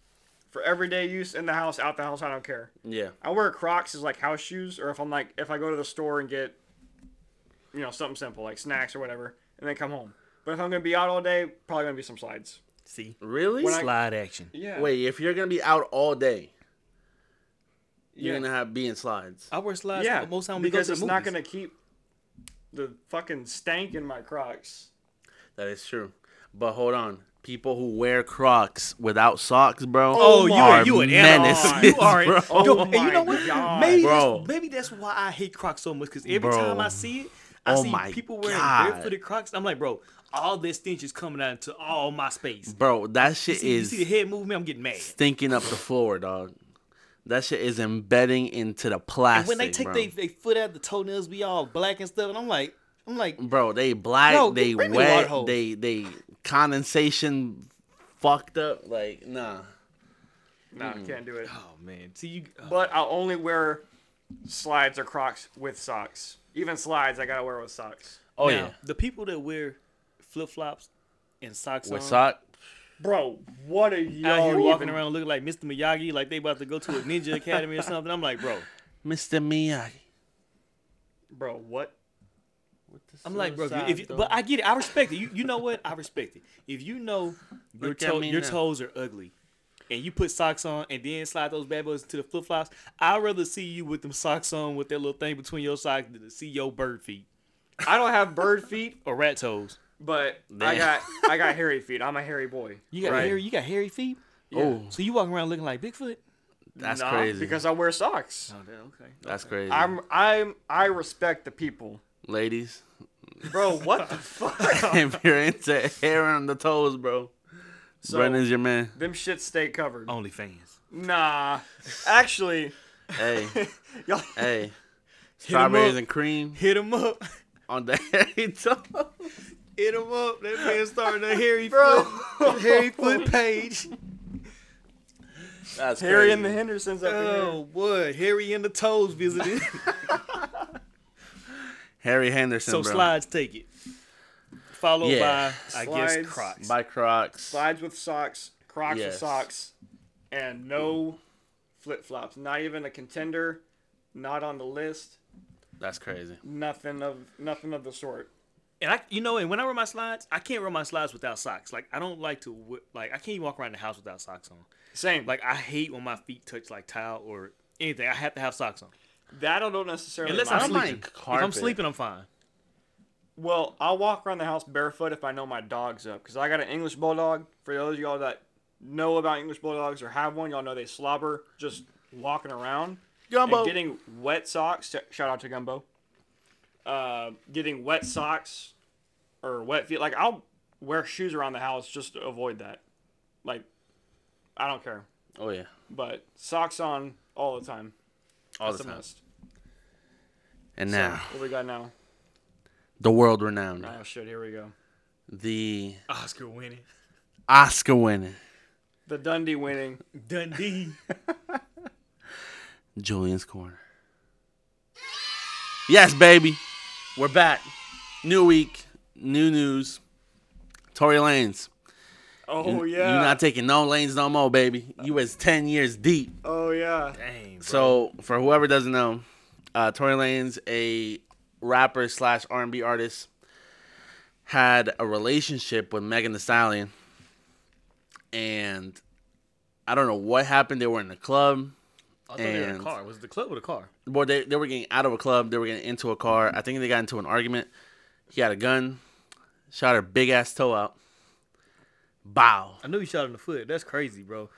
Speaker 3: for everyday use in the house, out the house. I don't care.
Speaker 1: Yeah.
Speaker 3: I wear Crocs as like house shoes, or if I'm like if I go to the store and get, you know, something simple like snacks or whatever, and then come home. But if I'm gonna be out all day, probably gonna be some slides.
Speaker 2: See,
Speaker 1: Really?
Speaker 3: When I-
Speaker 2: slide action.
Speaker 3: Yeah.
Speaker 1: Wait, if you're gonna be out all day, you're
Speaker 3: Yeah.
Speaker 1: gonna have be in slides.
Speaker 2: I wear slides
Speaker 3: yeah.
Speaker 2: most time we go
Speaker 3: because
Speaker 2: to
Speaker 3: it's
Speaker 2: the
Speaker 3: not
Speaker 2: movies.
Speaker 3: gonna keep the fucking stank in my Crocs.
Speaker 1: That is true. But hold on. People who wear Crocs without socks, bro.
Speaker 2: Oh, you
Speaker 1: are
Speaker 2: are you an
Speaker 1: menaces,
Speaker 2: animal. You are.
Speaker 1: bro.
Speaker 2: Oh
Speaker 3: Oh
Speaker 2: and you know
Speaker 3: my
Speaker 2: what?
Speaker 3: God.
Speaker 2: Maybe
Speaker 1: Bro.
Speaker 2: that's, maybe that's why I hate Crocs so much because every
Speaker 1: Bro.
Speaker 2: time I see it, I
Speaker 1: Oh
Speaker 2: see
Speaker 1: my
Speaker 2: people wearing
Speaker 1: God.
Speaker 2: barefooted Crocs. I'm like, bro, all this stench is coming out into all my space.
Speaker 1: Bro, that shit
Speaker 2: See, you
Speaker 1: is
Speaker 2: see the head movement? I'm getting mad.
Speaker 1: stinking up the floor, dog. That shit is embedding into the plastic.
Speaker 2: when they take
Speaker 1: bro.
Speaker 2: their they foot out, the toenails be all black and stuff, and I'm like, I'm like,
Speaker 1: bro, they black,
Speaker 2: Yo,
Speaker 1: they
Speaker 2: bring me the water
Speaker 1: wet,
Speaker 2: hose.
Speaker 1: they they condensation fucked up. Like, nah.
Speaker 3: No, can't do it.
Speaker 2: oh man, see you. oh.
Speaker 3: But I'll only wear slides or Crocs with socks. Even slides, I gotta wear with socks.
Speaker 1: Oh
Speaker 2: Now,
Speaker 1: yeah.
Speaker 2: the people that wear flip flops and socks
Speaker 1: With
Speaker 2: on,
Speaker 1: sock.
Speaker 3: Bro, what are
Speaker 2: out
Speaker 3: y'all
Speaker 2: here walking
Speaker 3: even-
Speaker 2: around looking like Mr. Miyagi, like they about to go to a ninja academy or something. I'm like, bro,
Speaker 1: Mr. Miyagi.
Speaker 3: Bro, what?
Speaker 2: I'm like, bro, if you, but I get it. I respect it. You, you know what? I respect it. If you know your,
Speaker 1: Look at
Speaker 2: toe,
Speaker 1: me
Speaker 2: your
Speaker 1: now.
Speaker 2: toes are ugly and you put socks on and then slide those bad boys into the flip flops, I'd rather see you with them socks on with that little thing between your socks than to see your bird feet
Speaker 3: I don't have bird feet,
Speaker 2: or rat toes.
Speaker 3: but I
Speaker 1: Man.
Speaker 3: got I got hairy feet. I'm a hairy boy.
Speaker 2: You got
Speaker 1: Right.
Speaker 2: hairy, you got hairy feet.
Speaker 1: Oh,
Speaker 2: So you walking around looking like Bigfoot?
Speaker 1: that's
Speaker 3: Nah,
Speaker 1: crazy.
Speaker 3: Because I wear socks.
Speaker 2: Oh, okay.
Speaker 1: that's crazy.
Speaker 3: I'm I'm I respect the people.
Speaker 1: Ladies,
Speaker 3: Bro, what the fuck?
Speaker 1: if you're into hair on the toes, bro,
Speaker 3: So,
Speaker 1: Brennan's your man.
Speaker 3: them shits stay covered.
Speaker 1: Oh.
Speaker 2: Only fans.
Speaker 3: Nah. Actually,
Speaker 1: Hey,
Speaker 3: y'all
Speaker 1: hey. Strawberries
Speaker 2: up.
Speaker 1: and cream
Speaker 2: Hit him up.
Speaker 1: on the hairy toe.
Speaker 2: Hit him up. That man started a hairy
Speaker 3: Bro.
Speaker 2: foot, hairy foot page.
Speaker 1: That's
Speaker 3: Harry and the Hendersons up in here.
Speaker 2: Oh boy, hairy and the toes visited.
Speaker 1: Harry Henderson,
Speaker 2: so
Speaker 1: bro.
Speaker 2: slides take it. Followed
Speaker 1: Yeah.
Speaker 2: by I
Speaker 3: Slides.
Speaker 2: guess Crocs.
Speaker 1: By Crocs.
Speaker 3: Slides with socks, Crocs with
Speaker 1: Yes.
Speaker 3: socks, and no flip flops. Not even a contender. Not on the list.
Speaker 1: That's crazy.
Speaker 3: Nothing of nothing of the sort.
Speaker 2: And I, you know, and when I wear my slides, I can't wear my slides without socks. Like I don't like to, w- like I can't even walk around the house without socks on.
Speaker 3: Same. Like
Speaker 2: Like I hate when my feet touch like tile or anything. I have to have socks on.
Speaker 3: that I don't necessarily.
Speaker 2: Unless
Speaker 1: I
Speaker 2: I'm
Speaker 1: don't
Speaker 3: mind.
Speaker 1: mind
Speaker 2: sleeping. If I'm
Speaker 1: carpet.
Speaker 2: sleeping, I'm fine.
Speaker 3: Well, I'll walk around the house barefoot if I know my dog's up, because I got an English bulldog. For those of y'all that know about English bulldogs or have one, y'all know they slobber just walking around.
Speaker 1: Gumbo.
Speaker 3: And getting wet socks. sh- Shout out to Gumbo. Uh, getting wet socks or wet feet. Like I'll wear shoes around the house just to avoid that. Like, I don't care.
Speaker 1: Oh yeah,
Speaker 3: But socks on all the time.
Speaker 1: all
Speaker 3: That's
Speaker 1: the time.
Speaker 3: must.
Speaker 1: And
Speaker 3: So,
Speaker 1: now
Speaker 3: what we got now?
Speaker 1: the world renowned,
Speaker 3: Oh shit! Here we go.
Speaker 1: the
Speaker 2: Oscar winning.
Speaker 1: Oscar winning
Speaker 3: The Dundee winning.
Speaker 2: Dundee.
Speaker 1: Julian's Corner. Yes, baby, we're back. New week, new news. Tory Lanes,
Speaker 3: Oh
Speaker 1: you
Speaker 3: yeah.
Speaker 1: not taking no lanes no more, baby. You was ten years deep.
Speaker 3: oh yeah.
Speaker 2: Dang. bro.
Speaker 1: So for whoever doesn't know, uh, Tory Lanez, a rapper slash R and B artist, had a relationship with Megan Thee Stallion, and I don't know what happened. They were in the club.
Speaker 2: I thought they were in a
Speaker 1: and-
Speaker 2: car. Was it the club or the car?
Speaker 1: Well, they they were getting out of a club. They were getting into a car. I think they got into an argument. He had a gun, shot her big ass toe out. Bow.
Speaker 2: I knew you shot him in the foot. That's crazy, bro.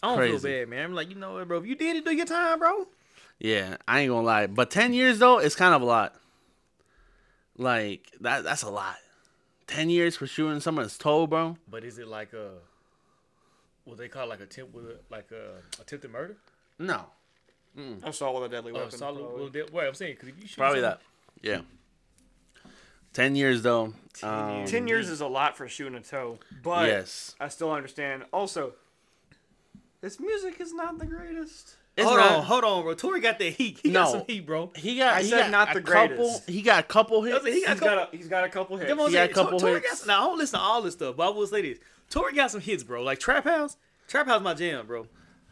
Speaker 2: I don't feel
Speaker 1: Crazy.
Speaker 2: bad, man. I'm like, you know what, bro? If you did it, do your time, bro.
Speaker 1: Yeah, I ain't gonna lie. But ten years though, it's kind of a lot. Like that that's a lot. Ten years for shooting someone's toe, bro.
Speaker 2: But is it like a what they call like attempt with a, like a attempted murder?
Speaker 1: No.
Speaker 3: Assault with a deadly
Speaker 2: Or
Speaker 3: weapon.
Speaker 2: Oh, solid?
Speaker 3: probably.
Speaker 2: well, that- Well, I'm saying because if you shoot
Speaker 1: Probably
Speaker 2: someone-
Speaker 1: that. Yeah. Ten years though. um,
Speaker 3: Ten years is a lot for shooting a toe, but
Speaker 1: Yes.
Speaker 3: I still understand. Also, his music is not the greatest.
Speaker 1: It's
Speaker 2: Hold
Speaker 1: not-
Speaker 2: on, hold on, bro. Tory got that heat. He got
Speaker 1: No.
Speaker 2: some heat, bro.
Speaker 1: He got.
Speaker 3: I
Speaker 1: he got
Speaker 3: said not
Speaker 1: a
Speaker 3: the
Speaker 1: couple-
Speaker 3: greatest.
Speaker 1: He got a couple hits.
Speaker 2: He got
Speaker 3: He's got a he's got a couple hits.
Speaker 2: Come on,
Speaker 1: He had
Speaker 2: say-
Speaker 1: a couple
Speaker 2: Tory
Speaker 1: hits.
Speaker 2: got some- now, I don't listen to all this stuff, but I will say this: Tory got some hits, bro. Like trap house, trap house, my jam, bro.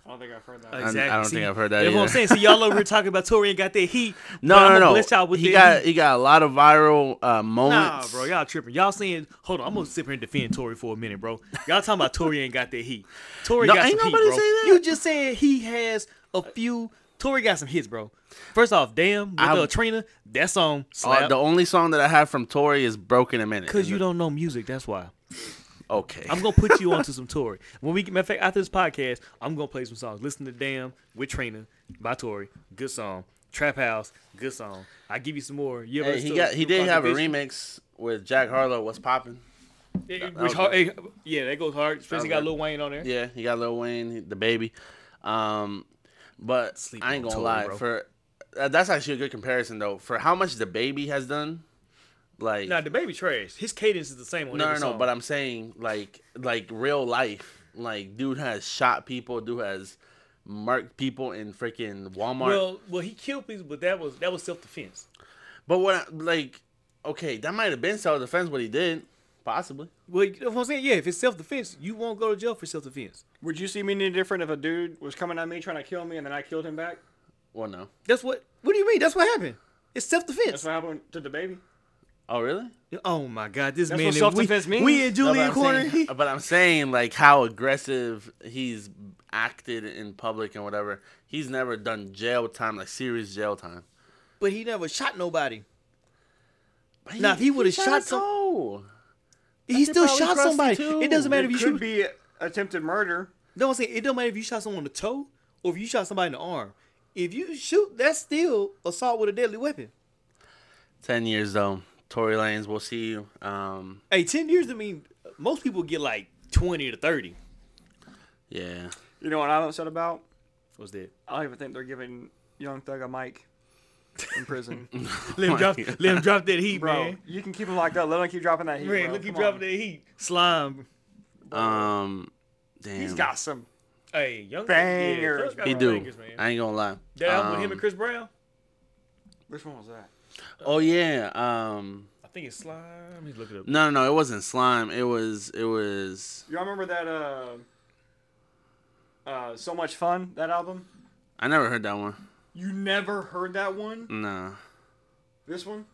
Speaker 3: I don't think I've heard that.
Speaker 1: I don't think I've heard that
Speaker 2: That's what I'm
Speaker 1: either.
Speaker 2: saying. So y'all over here talking about Tory and got that heat. but
Speaker 1: no,
Speaker 2: I'ma
Speaker 1: no, no.
Speaker 2: Bless y'all with
Speaker 1: he
Speaker 2: that
Speaker 1: got.
Speaker 2: heat.
Speaker 1: He got a lot of viral uh,
Speaker 2: Nah,
Speaker 1: moments.
Speaker 2: bro, y'all tripping. Y'all saying, hold on, I'm gonna sit here and defend Tory for a minute, bro. Y'all talking about Tory ain't got that heat. Tory
Speaker 1: No,
Speaker 2: got
Speaker 1: ain't
Speaker 2: some
Speaker 1: nobody
Speaker 2: heat, bro.
Speaker 1: say that.
Speaker 2: You just saying he has a few. Tory got some hits, bro. First off, damn, with
Speaker 1: I-
Speaker 2: uh, Trina, that song slap.
Speaker 1: Uh, the only song that I have from Tory is "Broken a Minute."
Speaker 2: Cause you don't know music, that's why.
Speaker 1: Okay.
Speaker 2: I'm gonna put you onto some Tory. When we matter of fact after this podcast, I'm gonna play some songs. Listen to Damn with Trina by Tory, good song. Trap House, good song. I give you some more. You ever
Speaker 1: Hey, he
Speaker 2: listen
Speaker 1: got.
Speaker 2: to
Speaker 1: He did have a
Speaker 2: Controversial?
Speaker 1: remix with Jack Harlow. What's popping?
Speaker 2: Yeah,
Speaker 1: was
Speaker 2: which hard, hey, yeah, that goes hard. Especially
Speaker 1: That
Speaker 2: got
Speaker 1: was
Speaker 2: Lil Wayne on there.
Speaker 1: Yeah, he got Lil Wayne, he- the baby. Um, but
Speaker 2: Sleep
Speaker 1: I ain't
Speaker 2: on
Speaker 1: gonna
Speaker 2: Tory,
Speaker 1: lie.
Speaker 2: bro.
Speaker 1: For uh, that's actually a good comparison though. For how much the baby has done, like
Speaker 2: Nah, the baby trash. His cadence is the same on
Speaker 1: no,
Speaker 2: every
Speaker 1: no, no.
Speaker 2: song.
Speaker 1: But I'm saying like like real life. Like dude has shot people. Dude has marked people in freaking Walmart.
Speaker 2: well, well, he killed people, but that was that was self defense.
Speaker 1: but what I, like okay, that might have been self defense what he did, possibly.
Speaker 2: Well, you know what I'm saying, yeah, if it's self defense, you won't go to jail for self defense.
Speaker 3: Would you see me any different if a dude was coming at me trying to kill me and then I killed him back?
Speaker 1: Well, no.
Speaker 2: That's what. What do you mean? That's what happened. It's self
Speaker 3: That's
Speaker 2: defense.
Speaker 3: what happened to the baby.
Speaker 1: Oh really?
Speaker 2: Oh my God, this
Speaker 3: That's
Speaker 2: man.
Speaker 3: what
Speaker 2: and
Speaker 3: self-defense
Speaker 2: we,
Speaker 3: means.
Speaker 2: We in
Speaker 1: No,
Speaker 2: Julian
Speaker 1: but,
Speaker 2: Corner.
Speaker 1: I'm saying, but I'm saying like how aggressive he's acted in public and whatever. He's never done jail time, like serious jail time.
Speaker 2: but he never shot nobody.
Speaker 1: But
Speaker 2: Now, if he would've shot
Speaker 1: his
Speaker 2: some-
Speaker 1: toe.
Speaker 2: he still
Speaker 1: probably
Speaker 2: shot
Speaker 1: crusty
Speaker 2: somebody.
Speaker 1: too.
Speaker 2: It doesn't matter
Speaker 3: It
Speaker 2: if you
Speaker 3: could
Speaker 2: shoot.
Speaker 3: be attempted murder.
Speaker 2: No, I'm saying it don't matter if you shot someone in the toe or if you shot somebody in the arm. If you shoot, that's still assault with a deadly weapon.
Speaker 1: ten years though. Tory Lanez, we'll see you. Um,
Speaker 2: Hey, ten years. I mean, most people get like twenty to thirty.
Speaker 1: yeah,
Speaker 3: You know what I'm upset about?
Speaker 2: What's that?
Speaker 3: I don't even think they're giving Young Thug a mic in prison.
Speaker 2: Let him drop.
Speaker 1: God.
Speaker 2: let him drop that heat,
Speaker 3: bro,
Speaker 2: man.
Speaker 3: you can keep him locked up. Let him keep dropping that heat.
Speaker 2: Man,
Speaker 3: bro.
Speaker 2: look, he
Speaker 3: Come on.
Speaker 2: dropping that heat. Slime.
Speaker 1: um, damn,
Speaker 3: He's got some.
Speaker 2: Hey, young
Speaker 3: Bangers,
Speaker 2: Thug got
Speaker 1: he
Speaker 2: some
Speaker 1: do.
Speaker 2: bangers, man.
Speaker 1: I ain't gonna lie.
Speaker 2: That album with him
Speaker 1: Um,
Speaker 2: and Chris Brown.
Speaker 3: Which one was that?
Speaker 1: Oh yeah. Um,
Speaker 2: I think it's slime. Let me look it up.
Speaker 1: no, no, no. It wasn't slime. It was. It was.
Speaker 3: Y'all remember that? Uh, uh, so much fun. That album.
Speaker 1: I never heard that one.
Speaker 3: You never heard that one?
Speaker 1: Nah.
Speaker 3: This one,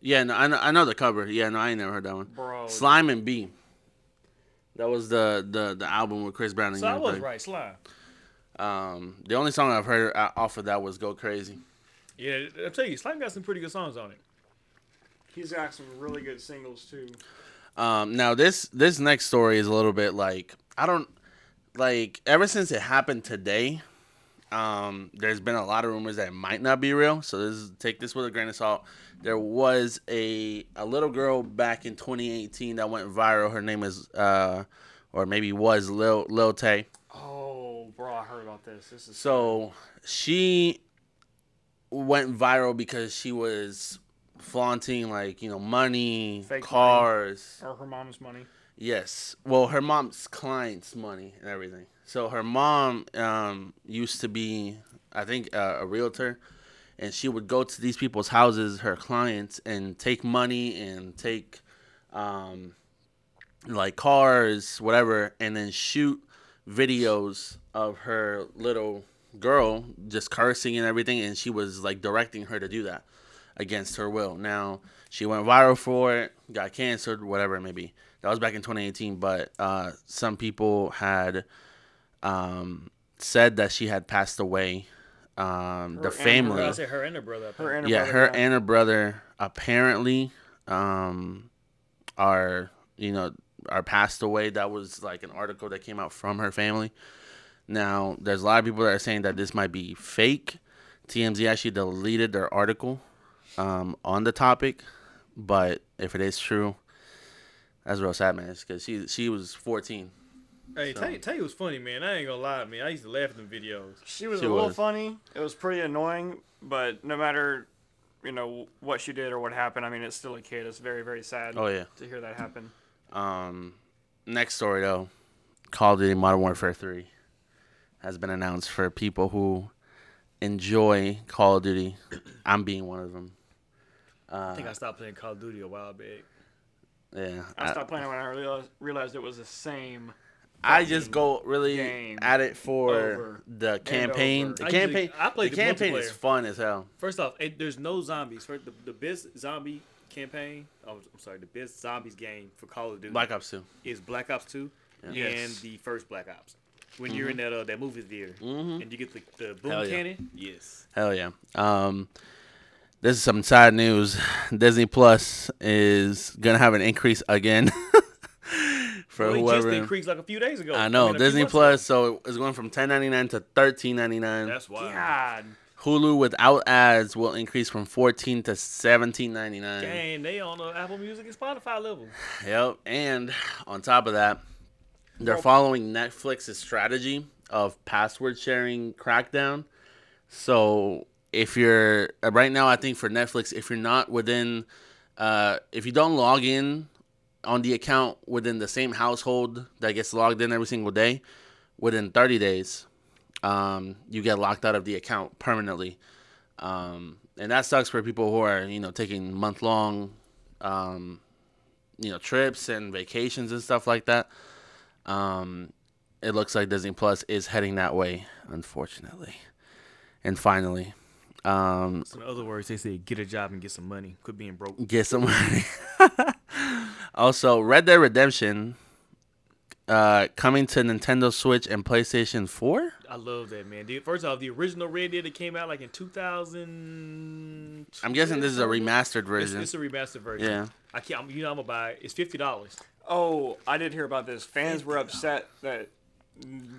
Speaker 1: Yeah, no, I know, I know the cover. Yeah, no, I ain't never heard that one.
Speaker 3: bro.
Speaker 1: Slime and B. That was the the the album with Chris Brown and
Speaker 2: So I
Speaker 1: Young
Speaker 2: was
Speaker 1: Thug.
Speaker 2: right, slime.
Speaker 1: Um, the only song I've heard uh, off of that was "Go Crazy."
Speaker 2: Yeah, I tell you, slime got some pretty good songs on it.
Speaker 3: He's got some really good singles too.
Speaker 1: Um, now this this next story is a little bit like I don't like ever since it happened today, Um, there's been a lot of rumors that might not be real, so this is, take this with a grain of salt. There was a a little girl back in 2018 that went viral. Her name is uh, or maybe was Lil Lil Tay.
Speaker 3: Oh, bro, I heard about this. This is
Speaker 1: So she went viral because she was flaunting like you know money,
Speaker 3: Fake money.
Speaker 1: cars,
Speaker 3: or her mom's money.
Speaker 1: Yes. Well, her mom's clients' money and everything. So her mom um, used to be, I think, uh, a realtor, and she would go to these people's houses, her clients, and take money and take, um, like cars, whatever, and then shoot videos of her little girl just cursing and everything, and she was like directing her to do that against her will. Now she went viral for it, got canceled, whatever it may be. That was back in 2018, but uh, some people had um, said that she had passed away. Um,
Speaker 3: Her
Speaker 1: the
Speaker 3: and her
Speaker 1: family,
Speaker 3: brother.
Speaker 2: I said her and her brother. I think.
Speaker 3: Her and her
Speaker 1: yeah,
Speaker 3: brother
Speaker 1: her
Speaker 3: died.
Speaker 1: and her brother apparently um, are you know are passed away. That was like an article that came out from her family. Now there's a lot of people that are saying that this might be fake. TMZ actually deleted their article um, on the topic, but if it is true, that's real sad, man. Because she she was 14.
Speaker 2: Hey, Tay, Tay was funny, man. I ain't gonna lie, man. I used to laugh at them videos.
Speaker 3: She was
Speaker 1: She
Speaker 3: a little
Speaker 1: was.
Speaker 3: funny. It was pretty annoying, but no matter, you know, what she did or what happened, I mean, it's still a kid. It's very, very sad
Speaker 1: Oh yeah.
Speaker 3: to hear that happen.
Speaker 1: Um, next story though, Call of Duty Modern Warfare Three has been announced for people who enjoy Call of Duty. I'm being one of them.
Speaker 2: I think I stopped playing Call of Duty a while back.
Speaker 1: Yeah,
Speaker 3: I
Speaker 1: I-
Speaker 3: stopped playing it when I realized, realized it was the same.
Speaker 1: I just go really
Speaker 3: Game
Speaker 1: at it for
Speaker 3: over
Speaker 1: the campaign.
Speaker 3: over.
Speaker 1: The
Speaker 2: I usually-
Speaker 1: campaign.
Speaker 2: I play
Speaker 1: the
Speaker 2: the
Speaker 1: campaign is
Speaker 2: multiplayer.
Speaker 1: fun as hell.
Speaker 2: First off, it, there's no zombies. For the, the best zombie campaign, oh, I'm sorry, the best zombies game for Call of Duty
Speaker 1: Black Ops Two.
Speaker 2: is Black Ops 2 and
Speaker 3: Yes.
Speaker 2: the first Black Ops. When you're in that uh, that movie theater and you get the, the
Speaker 1: Mm-hmm.
Speaker 2: boom
Speaker 1: Hell yeah.
Speaker 2: cannon, yes.
Speaker 1: Hell yeah. Um, this is some sad news. Disney Plus is gonna have an increase again for
Speaker 2: Well, it
Speaker 1: whoever.
Speaker 2: just increased like a few days ago.
Speaker 1: I know
Speaker 2: mean, a few
Speaker 1: Disney
Speaker 2: months ago.
Speaker 1: Plus, so it's going from ten ninety nine to thirteen ninety nine.
Speaker 2: That's wild.
Speaker 3: God.
Speaker 1: Hulu without ads will increase from fourteen to seventeen ninety nine.
Speaker 2: Dang, they on the Apple Music and Spotify level.
Speaker 1: Yep, and on top of that, they're following Netflix's strategy of password sharing crackdown. So if you're uh, right now, I think for Netflix, if you're not within, uh, if you don't log in on the account within the same household that gets logged in every single day, within 30 days, um, you get locked out of the account permanently. Um, and that sucks for people who are, you know, taking month long, um, you know, trips and vacations and stuff like that. Um, it looks like Disney Plus is heading that way, unfortunately. And finally, um,
Speaker 2: So in other words, they said get a job and get some money. Quit being broke.
Speaker 1: get some money. also, Red Dead Redemption uh, coming to Nintendo Switch and PlayStation 4?
Speaker 2: I love that man. The, first off, the original Red Dead that came out like in 2000.
Speaker 1: I'm guessing this is a remastered
Speaker 2: It's,
Speaker 1: version.
Speaker 2: it's a remastered version.
Speaker 1: Yeah.
Speaker 2: I can't. I'm, you know, I'm gonna buy it. It's fifty dollars.
Speaker 3: Oh, I did hear about this. Fans were upset that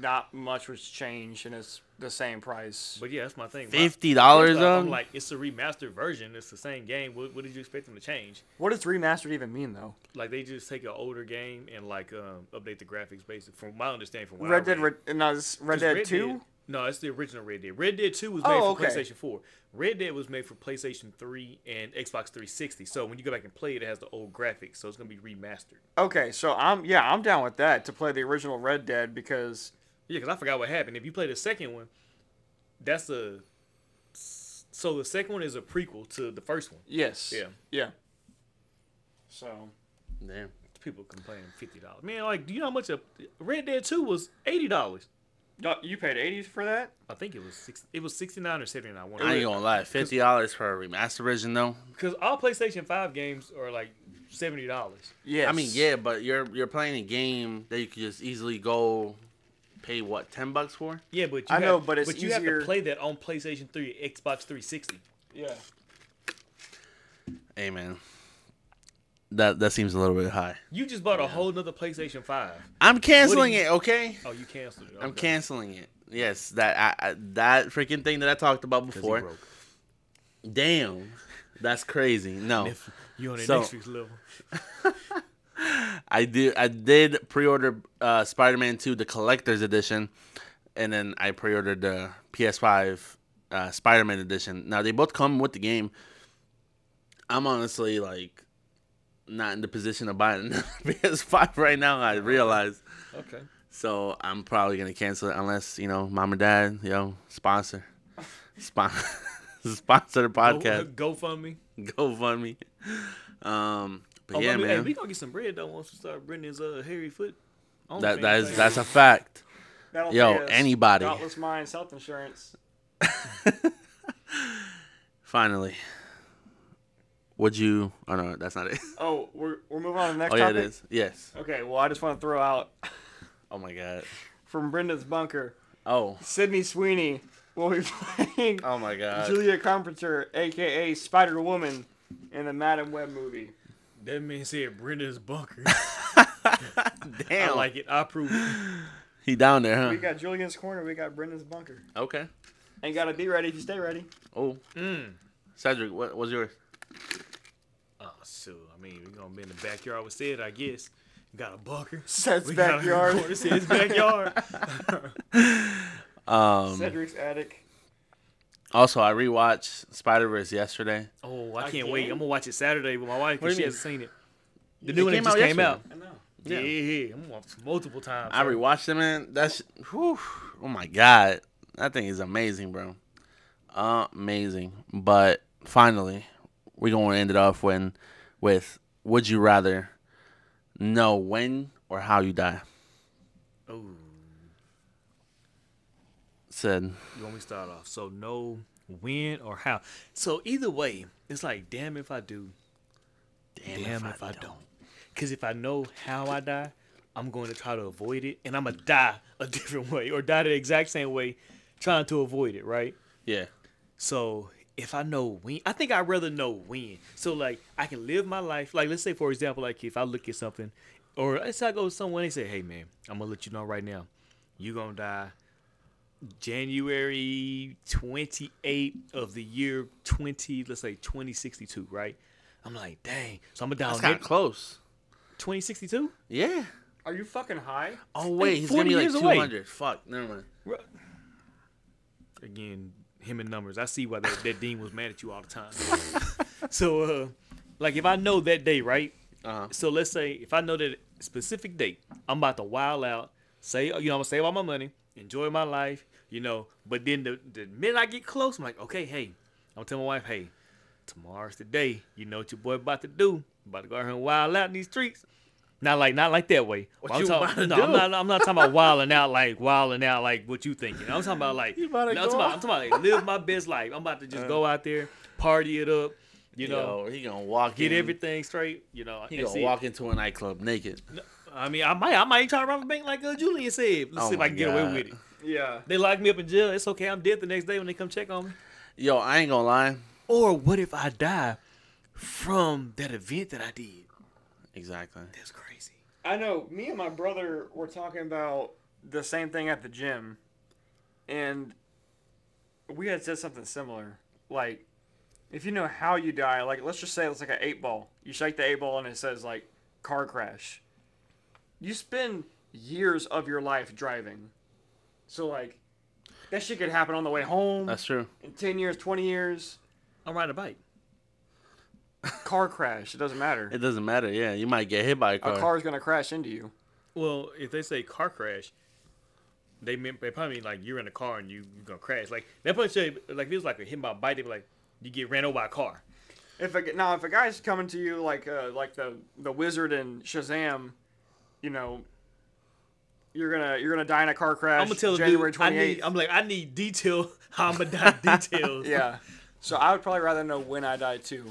Speaker 3: not much was changed and it's the same price.
Speaker 2: But yeah, that's my thing. My-
Speaker 1: Fifty dollars
Speaker 2: first off, I'm
Speaker 1: though.
Speaker 2: like, it's a remastered version. It's the same game. What, what did you expect them to change?
Speaker 3: What does remastered even mean, though?
Speaker 2: Like they just take an older game and like um, update the graphics, basically. From my understanding, from what
Speaker 3: Red
Speaker 2: I
Speaker 3: Dead,
Speaker 2: read.
Speaker 3: Red, no, it's Red
Speaker 2: 'Cause
Speaker 3: Dead 2?
Speaker 2: no, it's the original Red Dead. Red Dead 2 was made
Speaker 3: Oh,
Speaker 2: for
Speaker 3: okay.
Speaker 2: PlayStation 4. Red Dead was made for PlayStation 3 and Xbox 360. So when you go back and play it, it has the old graphics. So it's going to be remastered.
Speaker 3: Okay, so I'm, yeah, I'm down with that to play the original Red Dead because
Speaker 2: Yeah, because I forgot what happened. If you play the second one, that's a. So the second one is a prequel to the first one.
Speaker 3: Yes.
Speaker 2: Yeah.
Speaker 3: Yeah. So
Speaker 1: Damn.
Speaker 2: People complaining fifty dollars. Man, like, do you know how much a Red Dead Two was eighty dollars?
Speaker 3: you paid eighty for that?
Speaker 2: I think it was six. It was sixty nine or seventy nine.
Speaker 1: I ain't gonna lie, fifty dollars for a remastered version though.
Speaker 2: Because all PlayStation Five games are like seventy dollars.
Speaker 3: Yes.
Speaker 1: I mean, yeah, but you're you're playing a game that you could just easily go pay what ten bucks for.
Speaker 2: Yeah, but you
Speaker 3: I
Speaker 2: have,
Speaker 3: know, but it's
Speaker 2: but you have to
Speaker 3: easier-
Speaker 2: play that on PlayStation Three, Xbox Three Sixty.
Speaker 3: Yeah.
Speaker 1: Hey man, that that seems a little bit high.
Speaker 2: You just bought a whole nother PlayStation Five.
Speaker 1: I'm canceling
Speaker 2: you-
Speaker 1: it, okay?
Speaker 2: Oh, you canceled it.
Speaker 1: I'm
Speaker 2: Okay.
Speaker 1: canceling it. Yes, that I, I, that freaking thing that I talked about before.
Speaker 2: broke.
Speaker 1: Damn, that's crazy. No,
Speaker 2: You on the
Speaker 1: So-
Speaker 2: next week's level.
Speaker 1: I did I did pre-order uh, Spider-Man 2 the collector's edition, and then I pre-ordered the PS5 uh, Spider-Man edition. Now they both come with the game. I'm honestly like not in the position of buying another PS5 right now. I realize.
Speaker 2: Okay.
Speaker 1: So I'm probably gonna cancel it unless you know, mom and dad, yo, sponsor, sponsor, sponsor the podcast.
Speaker 2: Go, uh, GoFundMe.
Speaker 1: Go fund me. Um, but
Speaker 2: Oh,
Speaker 1: yeah,
Speaker 2: I mean, Hey,
Speaker 1: man,
Speaker 2: we gonna get some bread though once we start bringing his uh, hairy foot. on
Speaker 1: that
Speaker 2: thing.
Speaker 1: that is
Speaker 2: Like,
Speaker 1: that's a fact.
Speaker 3: That'll
Speaker 1: Yo,
Speaker 3: pay us.
Speaker 1: anybody.
Speaker 3: Dauntless Minds Health Insurance.
Speaker 1: Finally, would you? Oh no, that's not it.
Speaker 3: Oh, we're, we're moving on to the next
Speaker 1: oh yeah, it
Speaker 3: topic.
Speaker 1: is. Yes.
Speaker 3: Okay, well, I just want to throw out
Speaker 1: Oh my god.
Speaker 3: from Brenda's bunker,
Speaker 1: Oh.
Speaker 3: Sydney Sweeney will be playing
Speaker 1: Oh my god.
Speaker 3: Julia Carpenter, aka Spider Woman, in the Madam Web movie.
Speaker 2: That man said Brenda's bunker. I
Speaker 1: Damn.
Speaker 2: like it. I approve.
Speaker 1: he down there,
Speaker 3: We
Speaker 1: huh?
Speaker 3: got Julian's corner, we got Brenda's bunker.
Speaker 1: Okay.
Speaker 3: Ain't gotta be ready if you stay ready.
Speaker 1: Oh,
Speaker 2: Mm.
Speaker 1: Cedric, what was yours?
Speaker 2: Oh, so I mean, we're gonna be in the backyard with Sid, I guess. Got a bunker.
Speaker 3: Seth's
Speaker 2: We got a recorder,
Speaker 3: backyard,
Speaker 2: Sid's backyard.
Speaker 1: Um.
Speaker 3: Cedric's attic.
Speaker 1: Also, I rewatched Spider Verse yesterday.
Speaker 2: oh, I can't
Speaker 3: Again?
Speaker 2: wait. I'm gonna watch it Saturday with my wife
Speaker 1: What do
Speaker 2: because
Speaker 1: you
Speaker 2: she
Speaker 1: mean?
Speaker 2: hasn't seen it. The
Speaker 1: It
Speaker 2: new one that
Speaker 1: came
Speaker 2: just
Speaker 1: out
Speaker 2: came out.
Speaker 3: I know.
Speaker 1: Yeah.
Speaker 2: Yeah. yeah, yeah. I'm gonna watch it multiple times.
Speaker 1: I rewatched it, man. That's whew, oh my god, that thing is amazing, bro. Amazing. But finally, we're gonna end it off when with would you rather know when or how you die?
Speaker 2: Oh,
Speaker 1: Said
Speaker 2: you want me to start off? So no when or how. So either way, it's like damn if I do,
Speaker 1: damn,
Speaker 2: damn if, I, don't. Cause if I know how I die, I'm going to try to avoid it, and I'm gonna die a different way or die the exact same way, trying to avoid it. Right.
Speaker 1: Yeah.
Speaker 2: So if I know when, I think I'd rather know when. So like I can live my life. Like let's say for example, like if I look at something, or let's say I go to someone, they say, "Hey man, I'm gonna let you know right now, you gonna die." January 28 of the year 20, let's say 2062, right? I'm like, dang. So I'm gonna die
Speaker 1: That's
Speaker 2: on
Speaker 1: kind of
Speaker 2: next-
Speaker 1: close.
Speaker 2: 2062?
Speaker 1: Yeah.
Speaker 3: Are you fucking high?
Speaker 1: Oh wait, he's
Speaker 2: 40
Speaker 1: gonna be like
Speaker 2: years
Speaker 1: two
Speaker 2: away.
Speaker 1: hundred. Fuck, never mind.
Speaker 2: again him and numbers. I see why that, that dean was mad at you all the time. so, uh, like if I know that day, right?
Speaker 1: Uh-huh.
Speaker 2: So let's say if I know that specific date, I'm about to wild out. Say you know I'm gonna save all my money, enjoy my life, you know. But then the, the minute I get close, I'm like, okay, hey, I'm telling my wife, hey, tomorrow's the day. You know what your boy about to do? About to go out here and wild out in these streets. Not like not like that way. What I'm
Speaker 1: you
Speaker 2: talking,
Speaker 1: about to
Speaker 2: no,
Speaker 1: do?
Speaker 2: I'm not. I'm not talking about wilding out like wilding out like what you thinking. I'm talking about like
Speaker 1: about to
Speaker 2: no, I'm
Speaker 1: go Uh.
Speaker 2: talking about, I'm talking about like, live my best life. I'm about to just go out there, party it up, you know,
Speaker 1: Yo, he gonna walk
Speaker 2: get
Speaker 1: in.
Speaker 2: everything straight, you know.
Speaker 1: He
Speaker 2: and
Speaker 1: gonna
Speaker 2: see-
Speaker 1: walk into a nightclub naked.
Speaker 2: I mean, I might, I might try to rob a bank like uh, Julian said. Let's
Speaker 1: Oh
Speaker 2: see if
Speaker 1: my
Speaker 2: I can get away
Speaker 1: God.
Speaker 2: with it.
Speaker 3: Yeah.
Speaker 2: They lock me up in jail. It's okay. I'm dead the next day when they come check on me.
Speaker 1: Yo, I ain't gonna lie.
Speaker 2: Or what if I die from that event that I did?
Speaker 1: Exactly.
Speaker 2: That's crazy.
Speaker 3: I know. Me and my brother were talking about the same thing at the gym, and we had said something similar. Like, if you know how you die, like let's just say it's like an eight ball. You shake the eight ball and it says like car crash. You spend years of your life driving, so like that shit could happen on the way home.
Speaker 1: That's true.
Speaker 3: in ten years, twenty years,
Speaker 2: I'm riding a bike.
Speaker 3: car crash. It doesn't matter.
Speaker 1: It doesn't matter. Yeah, you might get hit by a car.
Speaker 3: A car's gonna crash into you.
Speaker 2: Well, if they say car crash, they mean they probably mean like you're in a car and you you gonna crash. Like that probably say like if it was like a hit by a bike, they'd be like you get ran over by a car.
Speaker 3: If a, now if a guy's coming to you like uh, like the the wizard in Shazam, you know, you're gonna you're gonna die in a car crash.
Speaker 2: I'm gonna tell the
Speaker 3: January
Speaker 2: dude. I need,
Speaker 3: 28th.
Speaker 2: I'm like I need detail. I'm gonna die details.
Speaker 3: yeah. So I would probably rather know when I die too.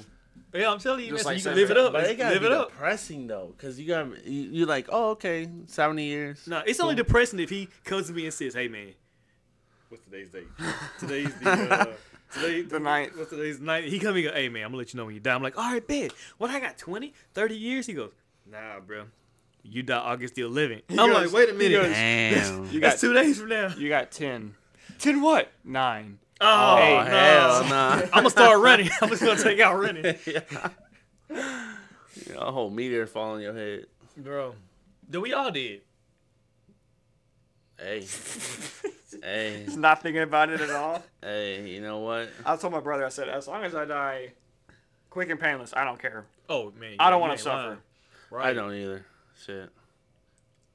Speaker 2: yeah. I'm telling you,
Speaker 3: Just
Speaker 2: man,
Speaker 3: like
Speaker 2: so you can
Speaker 3: Sam
Speaker 2: live it up.
Speaker 1: But it gotta
Speaker 2: Live
Speaker 1: be
Speaker 2: it up.
Speaker 1: depressing though, cause you got you, you like, oh okay, seventy years.
Speaker 2: No, it's only depressing if he comes to me and says, "Hey, man, what's today's date? Today's the uh, today
Speaker 3: The ninth.
Speaker 2: What's today's night?" He comes and go, "Hey, man, I'm gonna let you know when you die." I'm like, "All right, bet. What I got 20, 30 years?" He goes, "Nah, bro, You die August the 11th.
Speaker 6: I'm
Speaker 3: goes-
Speaker 6: like, wait a
Speaker 3: he
Speaker 6: minute.
Speaker 3: goes-
Speaker 1: Damn.
Speaker 3: You got
Speaker 6: That's two days from now.
Speaker 3: you got ten. Ten what? Nine.
Speaker 1: oh,
Speaker 2: Oh,
Speaker 3: Hey,
Speaker 1: hell nah.
Speaker 2: I'm gonna start running. I'm just gonna take out running,
Speaker 1: You know, a whole meteor fall on your head.
Speaker 2: bro. Then we all did.
Speaker 1: Hey. hey.
Speaker 3: He's not thinking about it at all.
Speaker 1: Hey, you know what?
Speaker 3: I told my brother, I said, as long as I die quick and painless, I don't care.
Speaker 2: Oh man,
Speaker 3: I don't
Speaker 2: you
Speaker 3: want
Speaker 2: ain't
Speaker 3: to suffer.
Speaker 2: lying.
Speaker 1: I don't either. Shit.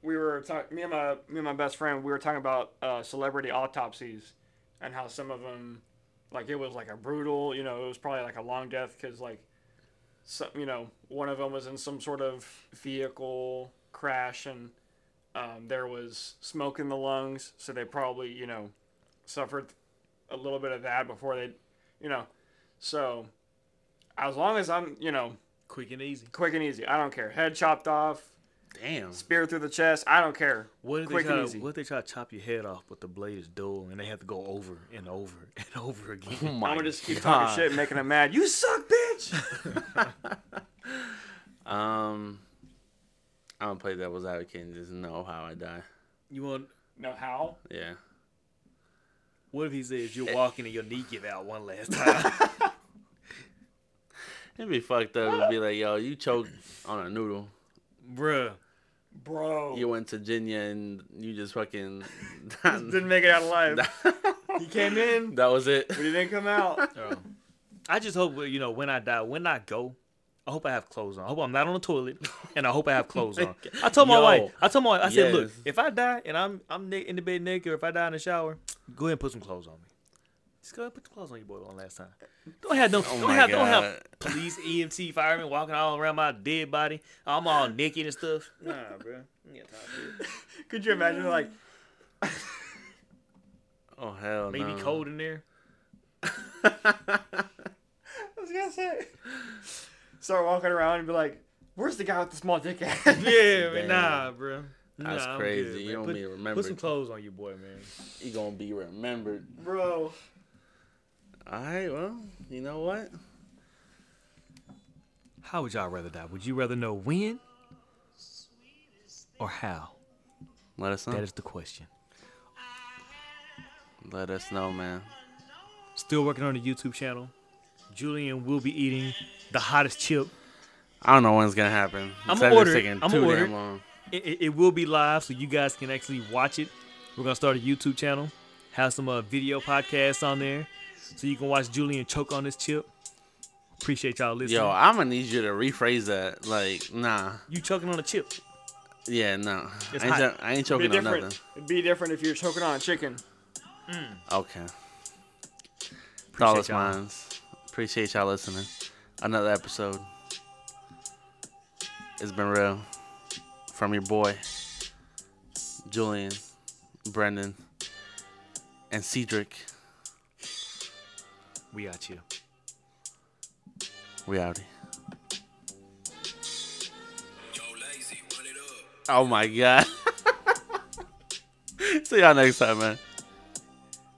Speaker 3: We were talking, me and my me and my best friend, we were talking about uh, celebrity autopsies and how some of them, like it was like a brutal, you know, it was probably like a long death because like, some, you know, one of them was in some sort of vehicle crash and um, there was smoke in the lungs, so they probably you know suffered a little bit of that before they, you know, so as long as I'm, you know.
Speaker 2: Quick and easy.
Speaker 3: quick and easy. I don't care. Head chopped off,
Speaker 1: Damn.
Speaker 3: spear through the chest. I don't care.
Speaker 2: What if
Speaker 3: Quick
Speaker 2: they try?
Speaker 3: and easy.
Speaker 2: What if they try to chop your head off, but the blade is dull, and they have to go over and over and over
Speaker 1: Oh
Speaker 2: again?
Speaker 1: my
Speaker 3: I'm gonna just keep
Speaker 1: God.
Speaker 3: talking shit, and making him mad. You suck, bitch.
Speaker 1: Um, I'm gonna play devil's advocate and just know how I die.
Speaker 2: you want?
Speaker 3: no, how?
Speaker 1: Yeah.
Speaker 2: What if he says you're walking and your knee give out one last time?
Speaker 1: It'd be fucked up to be like, yo, you choked on a noodle.
Speaker 2: Bruh.
Speaker 3: bro?
Speaker 1: You went to Jinya and you just fucking.
Speaker 3: didn't make it out alive.
Speaker 1: that
Speaker 3: you came in,
Speaker 1: was it.
Speaker 3: but you didn't come out.
Speaker 2: Oh. I just hope you know when I die, when I go, I hope I have clothes on. I hope I'm not on the toilet, and I hope I have clothes on. I told my
Speaker 1: Yo.
Speaker 2: wife, I told my wife, I said, look,
Speaker 1: Yes.
Speaker 2: if I die and I'm I'm na- in the bed naked, or if I die in the shower, go ahead and put some clothes on me. Just go ahead and put the clothes on your boy one last time. Don't have no, don't
Speaker 1: Oh my
Speaker 2: have, don't have
Speaker 1: God.
Speaker 2: police, EMT, firemen walking all around my dead body. I'm all naked and stuff. Nah, bro.
Speaker 3: Could you imagine like
Speaker 1: Oh hell.
Speaker 2: Maybe
Speaker 1: no.
Speaker 2: cold in there.
Speaker 3: I was gonna say? Start walking around and be like, "Where's the guy with the small dick?" at?"
Speaker 2: Yeah,
Speaker 1: Damn.
Speaker 2: nah, bro.
Speaker 1: That's
Speaker 2: I'm
Speaker 1: crazy.
Speaker 2: man.
Speaker 1: You don't
Speaker 2: put,
Speaker 1: be
Speaker 2: Put some
Speaker 1: remembered.
Speaker 2: clothes on your boy, man.
Speaker 1: You gonna be remembered.
Speaker 3: bro.
Speaker 1: All right. Well, you know what?
Speaker 2: How would y'all rather die? Would you rather know when or how?
Speaker 1: Let us know.
Speaker 2: That is the question.
Speaker 1: Let us know, man.
Speaker 2: Still working on the YouTube channel. Julian will be eating the hottest chip.
Speaker 1: I don't know when it's gonna happen.
Speaker 2: I'ma
Speaker 1: Saturday
Speaker 2: order it.
Speaker 1: taking
Speaker 2: I'ma
Speaker 1: too
Speaker 2: order
Speaker 1: damn
Speaker 2: it.
Speaker 1: long.
Speaker 2: It, it, it will be live, so you guys can actually watch it. We're gonna start a YouTube channel, have some uh, video podcasts on there, so you can watch Julian choke on this chip. Appreciate y'all listening.
Speaker 1: Yo, I'm gonna need you to rephrase that. Like, nah.
Speaker 2: you choking on a chip?
Speaker 1: Yeah, no. I
Speaker 2: It's
Speaker 1: ain't,
Speaker 2: hot.
Speaker 1: cho- I ain't
Speaker 3: Be
Speaker 1: choking on nothing.
Speaker 3: different. It'd be different if you're choking on a chicken.
Speaker 1: Okay. Thoughtless
Speaker 2: y'all.
Speaker 1: Minds. Appreciate y'all listening. Another episode. It's been real. From your boy, Julian, Brendan, and Cedric.
Speaker 2: We out you.
Speaker 1: We outie.
Speaker 7: Yo, lazy, run it up.
Speaker 1: Oh my God. See y'all next time, man.